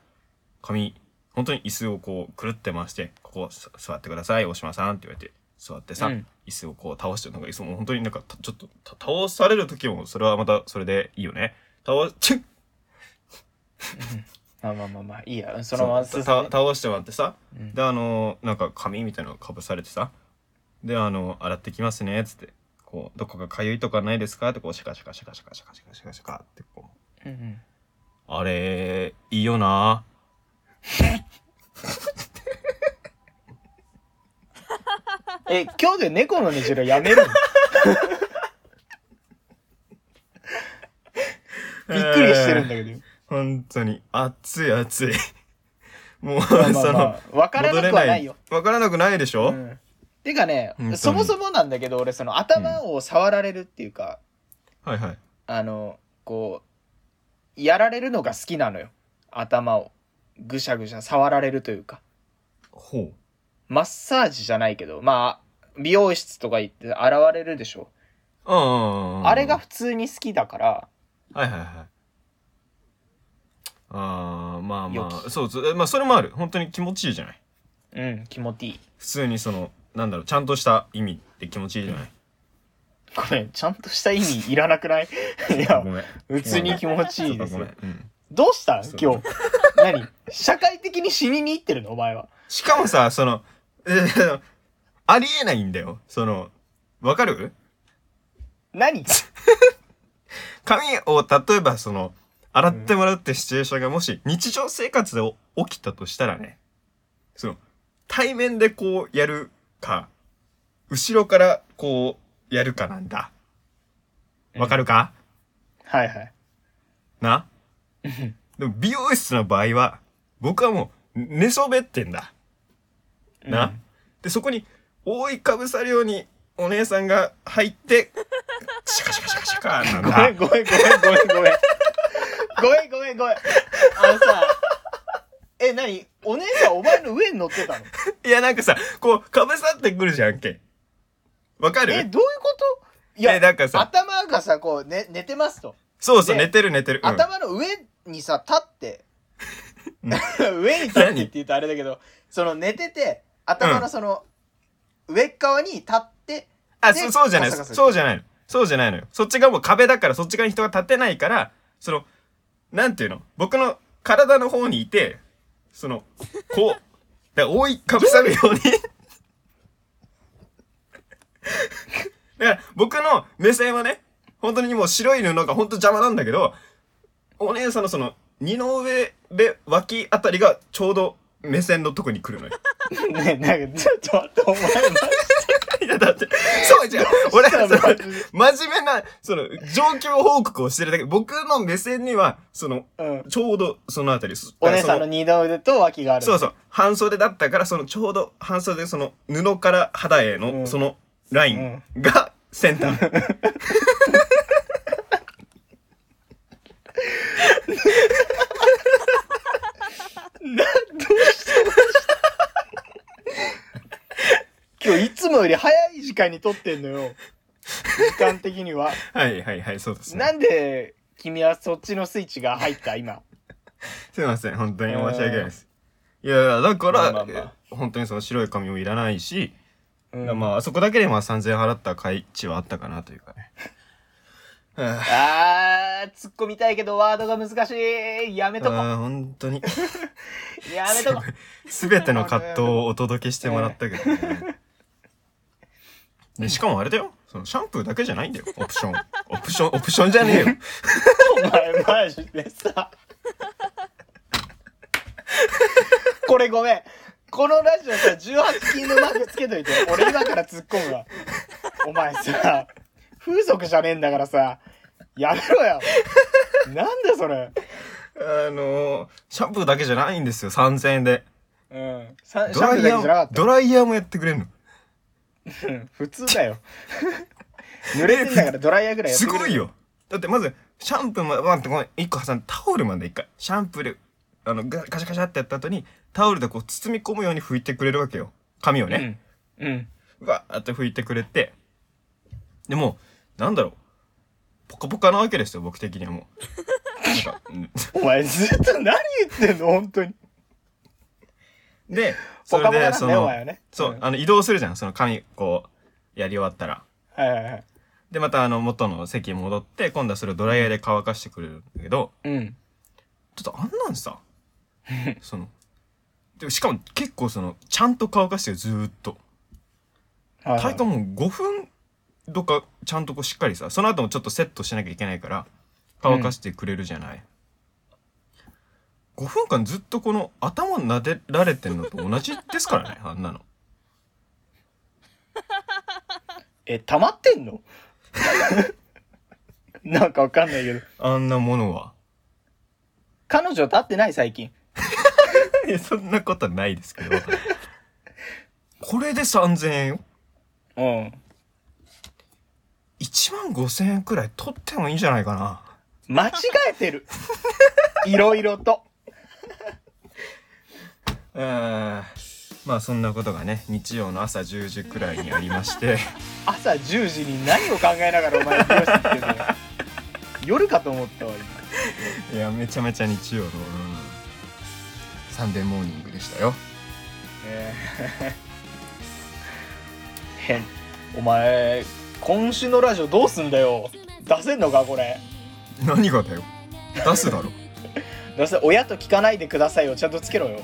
[SPEAKER 2] 髪、本当に椅子をこう、くるって回して、ここす座ってください、大島さんって言われて、座ってさ、
[SPEAKER 1] うん
[SPEAKER 2] 椅子をこう倒して、なんか椅子も本当になんかた、ちょっと、た倒される時も、それはまたそれでいいよね。倒、チュッ
[SPEAKER 1] まあまあまあまあ、いいや。そのまま
[SPEAKER 2] そう
[SPEAKER 1] 進
[SPEAKER 2] た
[SPEAKER 1] め
[SPEAKER 2] 倒してもらってさ、
[SPEAKER 1] うん
[SPEAKER 2] であのなんか紙みたいなのかぶされてさであの洗ってきますねっつってこうどこかかゆいとかないですかってこうシャカシャカシャカシャカシャカシャカシャカシャカってこう
[SPEAKER 1] うんうん。
[SPEAKER 2] あれいいよな
[SPEAKER 1] え、今日で猫のねじろやめるの びっくりしてるんだけど。
[SPEAKER 2] 本当に熱い熱い もう、
[SPEAKER 1] まあまあまあわ
[SPEAKER 2] そ
[SPEAKER 1] か
[SPEAKER 2] の
[SPEAKER 1] らなくはないよ。
[SPEAKER 2] わからなくないでしょ、
[SPEAKER 1] うんてかね
[SPEAKER 2] 本当、に
[SPEAKER 1] そもそもなんだけど、俺、その頭を触られるっていうか、
[SPEAKER 2] はいはい
[SPEAKER 1] あの、こう、やられるのが好きなのよ。頭を。ぐしゃぐしゃ触られるというか。
[SPEAKER 2] ほ
[SPEAKER 1] マッサージじゃないけど、まあ、美容室とか行って現れるでしょ。
[SPEAKER 2] ううんうんうんうん
[SPEAKER 1] あれが普通に好きだから、
[SPEAKER 2] はいはいはい。あー、まあ
[SPEAKER 1] 良
[SPEAKER 2] まあ、
[SPEAKER 1] き
[SPEAKER 2] そうそう。えまあそれもある。本当に気持ちいいじゃない。
[SPEAKER 1] うん、気持ちいい。
[SPEAKER 2] 普通にその、なんだろう、ちゃんとした意味って気持ちいいじゃない。
[SPEAKER 1] これ、ちゃんとした意味いらなく ないいや
[SPEAKER 2] ご、めん。
[SPEAKER 1] 普通に気持ちいいです
[SPEAKER 2] ちょっ
[SPEAKER 1] よ
[SPEAKER 2] と。ごめん。うん。
[SPEAKER 1] どうしたん
[SPEAKER 2] そう
[SPEAKER 1] 今日。何社会的に死にに行ってるのお前は。
[SPEAKER 2] しかもさ、その、えー ありえないんだよ。その、わかる
[SPEAKER 1] 何
[SPEAKER 2] 髪を例えばその、洗ってもらうってシチュエーションがもし日常生活で起きたとしたらね、その、対面でこうやるか、後ろからこうやるかなんだ。わか
[SPEAKER 1] る
[SPEAKER 2] るか、
[SPEAKER 1] はいはい。
[SPEAKER 2] なでも美容室の場合は、僕はもう寝そべってんだ。な、
[SPEAKER 1] うん
[SPEAKER 2] で、そこに覆いかぶさるようにお姉さんが入 って、シャカシャカシャカシャカなん
[SPEAKER 1] ごめん
[SPEAKER 2] だ。
[SPEAKER 1] ごめんごめんごめんごめん。ごめんごめんごめん。あのさ、え、何お姉さんお前の上に乗ってたの
[SPEAKER 2] いや、なんかさ、こう、かぶさってくるじゃんけ。わか
[SPEAKER 1] え、
[SPEAKER 2] る
[SPEAKER 1] どういうことい
[SPEAKER 2] えなんかさ
[SPEAKER 1] 頭がさ、こう、ね、寝てますと。
[SPEAKER 2] そうそう、
[SPEAKER 1] ね
[SPEAKER 2] 寝てる寝てる。うん
[SPEAKER 1] 頭の上にさ、立って、
[SPEAKER 2] う
[SPEAKER 1] 上に立ってって言うとあれだけど、その寝てて、頭のその、上っ側に立って、
[SPEAKER 2] あ、
[SPEAKER 1] で
[SPEAKER 2] そう、そうじゃない。
[SPEAKER 1] カサカサ
[SPEAKER 2] そうじゃないの。そうじゃないのよ。そっちがもう壁だから、そっち側に人が立てないから、その、なんていうの僕の体の方にいて、その、こう、だから覆いかぶさるように。だから、僕の目線はね、本当にもう白い布が本当邪魔なんだけど、お姉さんのその、二の上で脇あたりがちょうど目線のとこに来るのよ。
[SPEAKER 1] ね、なんか、ちょっと待って、お 前、
[SPEAKER 2] いや、だって、そうじゃん。俺はその
[SPEAKER 1] マジで、
[SPEAKER 2] 真面目な、その、状況報告をしてるだけ、僕の目線には、その、
[SPEAKER 1] うん。
[SPEAKER 2] ちょうどそのあたりです。
[SPEAKER 1] お姉さんの
[SPEAKER 2] だから
[SPEAKER 1] 二の腕と脇がある。
[SPEAKER 2] そのそうそう。半袖だったから、その、ちょうど半袖で、その、布から肌へ
[SPEAKER 1] う
[SPEAKER 2] の、
[SPEAKER 1] ん
[SPEAKER 2] その、ラインが、 先端。
[SPEAKER 1] な、どうしてどうした今日いつもより早い時間に撮ってんのよ。時間的には。
[SPEAKER 2] はいはいはい、そうです
[SPEAKER 1] な
[SPEAKER 2] ね。
[SPEAKER 1] んで、君はそっちのスイッチが入った今。
[SPEAKER 2] すいません、本当に申し訳ないです。いやいや、だから、
[SPEAKER 1] まあまあまあ
[SPEAKER 2] 本当にその白い髪もいらないし、
[SPEAKER 1] うん
[SPEAKER 2] まあ、あそこだけでまあ3000円払った価値はあったかなというか ね。はあ
[SPEAKER 1] あー、突っ込みたいけどワードが難しい。やめとこ。
[SPEAKER 2] あー本当に。
[SPEAKER 1] やめとこ。
[SPEAKER 2] すべての葛藤をお届けしてもらったけど ね。で、しかもあれだよ。そのシャンプーだけじゃないんだよ。オプション。オプション、オプションじゃねえよ。
[SPEAKER 1] お前マジでさ。これごめん。このラジオさ、18禁のマークつけといて。俺今から突っ込むわ。お前さ、風俗じゃねえんだからさ、やめろよ。なんだよそれ。
[SPEAKER 2] あのーシャンプーだけじゃないんですよ、3000円で。
[SPEAKER 1] うん。さシ
[SPEAKER 2] ド
[SPEAKER 1] ャンプ
[SPEAKER 2] ラ
[SPEAKER 1] ー
[SPEAKER 2] イ
[SPEAKER 1] だけ
[SPEAKER 2] ヤ
[SPEAKER 1] じゃなか
[SPEAKER 2] ー
[SPEAKER 1] っ
[SPEAKER 2] も、ドライヤーもやってくれんの。
[SPEAKER 1] た。うん普通 だよ。濡れてんだからドライヤーぐらいやって
[SPEAKER 2] す
[SPEAKER 1] くれ
[SPEAKER 2] ごいよ。だってまず、シャンプーまで、待って、ごめん、一個挟んで、タオルまで一回。シャンプーで、あの、ガガシャガシャってやった後に、タオルでこう包み込むように拭いてくれるわけよ。髪をね。
[SPEAKER 1] うん。うん。
[SPEAKER 2] わーって拭いてくれて、でもう、なんだろう、ポカポカなわけですよ、僕的にはもう。なんかうん
[SPEAKER 1] お前ずっと何言ってんの本当に。
[SPEAKER 2] で、
[SPEAKER 1] ポ
[SPEAKER 2] そ
[SPEAKER 1] カポカ
[SPEAKER 2] れ
[SPEAKER 1] な
[SPEAKER 2] で、
[SPEAKER 1] ん
[SPEAKER 2] そ
[SPEAKER 1] だよ、お
[SPEAKER 2] の
[SPEAKER 1] 前は、ね。
[SPEAKER 2] そう、
[SPEAKER 1] んは
[SPEAKER 2] あの、移動するじゃん、その髪、こう、やり終わったら。
[SPEAKER 1] いはいはい。
[SPEAKER 2] で、またあの、元の席に戻って、今度はそれをドライヤーで乾かしてくれるんだけど、
[SPEAKER 1] うん。
[SPEAKER 2] ちょっとあんな んさ、その、でしかも結構その、ちゃんと乾かしてる、ずーっと。
[SPEAKER 1] はいは
[SPEAKER 2] 体
[SPEAKER 1] い
[SPEAKER 2] 感もう5分とかちゃんとこうしっかりさその後もちょっとセットしなきゃいけないから乾かしてくれるじゃない、5分間ずっとこの頭撫でられてんのと同じですから ねあんなの
[SPEAKER 1] え、溜まってんの なんかわかんないけど。
[SPEAKER 2] あんなものは
[SPEAKER 1] 彼女と会ってない最近。
[SPEAKER 2] いやそんなことはないですけど これで3000円よ
[SPEAKER 1] うん。
[SPEAKER 2] 1万5000円くらい取ってもいいんじゃないかな
[SPEAKER 1] 間違えて る。いろいろと。
[SPEAKER 2] えーまあそんなことがね日曜の朝10時くらいにありまして
[SPEAKER 1] 朝10時に何を考えながらお前美容室行ってるのよ夜かと思ったわ
[SPEAKER 2] いやめちゃめちゃ日曜の、うんサンデーモーニングでしたよ
[SPEAKER 1] 今、ねえ 変お前今週のラジオどうすんだよ出せんのかこれ
[SPEAKER 2] 何がだよ出 すだろ
[SPEAKER 1] 出せ親と聞かないでくださいよちゃんとつけろよ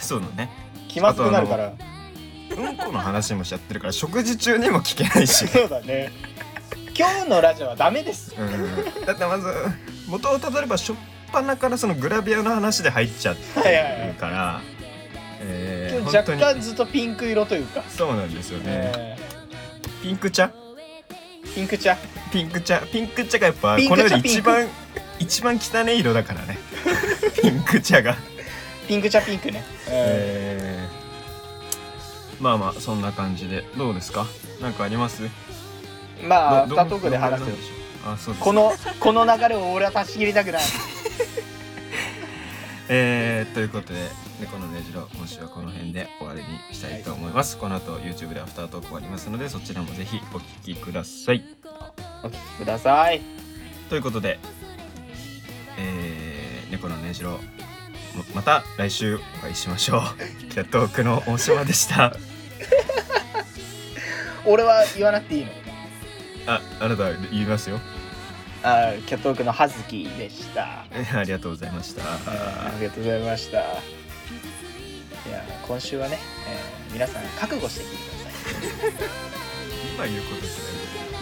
[SPEAKER 2] そうだね
[SPEAKER 1] 気まずくなるか
[SPEAKER 2] あ
[SPEAKER 1] ら
[SPEAKER 2] うんこの話もしちゃってるから食事中にも聞けない し
[SPEAKER 1] そうだね今日のラジオはダメです
[SPEAKER 2] うんだってまず元をたどればしょっぱなからそのグラビアの話で入っちゃって
[SPEAKER 1] はいはいは
[SPEAKER 2] る
[SPEAKER 1] い
[SPEAKER 2] から、えー
[SPEAKER 1] 今日
[SPEAKER 2] 本当
[SPEAKER 1] 若
[SPEAKER 2] に
[SPEAKER 1] 干ずっとピンク色というか、
[SPEAKER 2] そうなんですよね、
[SPEAKER 1] え
[SPEAKER 2] ピンク茶
[SPEAKER 1] ーピンク茶
[SPEAKER 2] ピンク茶ピンク茶がやっぱ
[SPEAKER 1] ピンク
[SPEAKER 2] こ
[SPEAKER 1] 茶
[SPEAKER 2] の世で一番一番汚い色だから ねピンク茶が
[SPEAKER 1] ピンク茶ピンクね、え
[SPEAKER 2] えーまあまあそんな感じでどうですかなんかあります
[SPEAKER 1] ーまあアフ
[SPEAKER 2] ど
[SPEAKER 1] タートークで話す
[SPEAKER 2] ど
[SPEAKER 1] よ
[SPEAKER 2] んな話あそうですか
[SPEAKER 1] このこの流れを俺は断ち切りたく ない
[SPEAKER 2] えー、ということで猫のねじろ今週はこの辺で終わりにしたいと思います、この後 YouTube でアフタートークがありますのでそちらもぜひお聞きください
[SPEAKER 1] お聞きください
[SPEAKER 2] ということでえー、猫のねじろままた来週お会いしましょう キャットオークの大島でした
[SPEAKER 1] 俺は言わなくていいの
[SPEAKER 2] ああなた言いますよ
[SPEAKER 1] あーキャットオークの葉月でした
[SPEAKER 2] えーありがとうございました
[SPEAKER 1] ありがとうございましたいやー今週はね、えー皆さん覚悟して聞いてください
[SPEAKER 2] 今言うことじゃない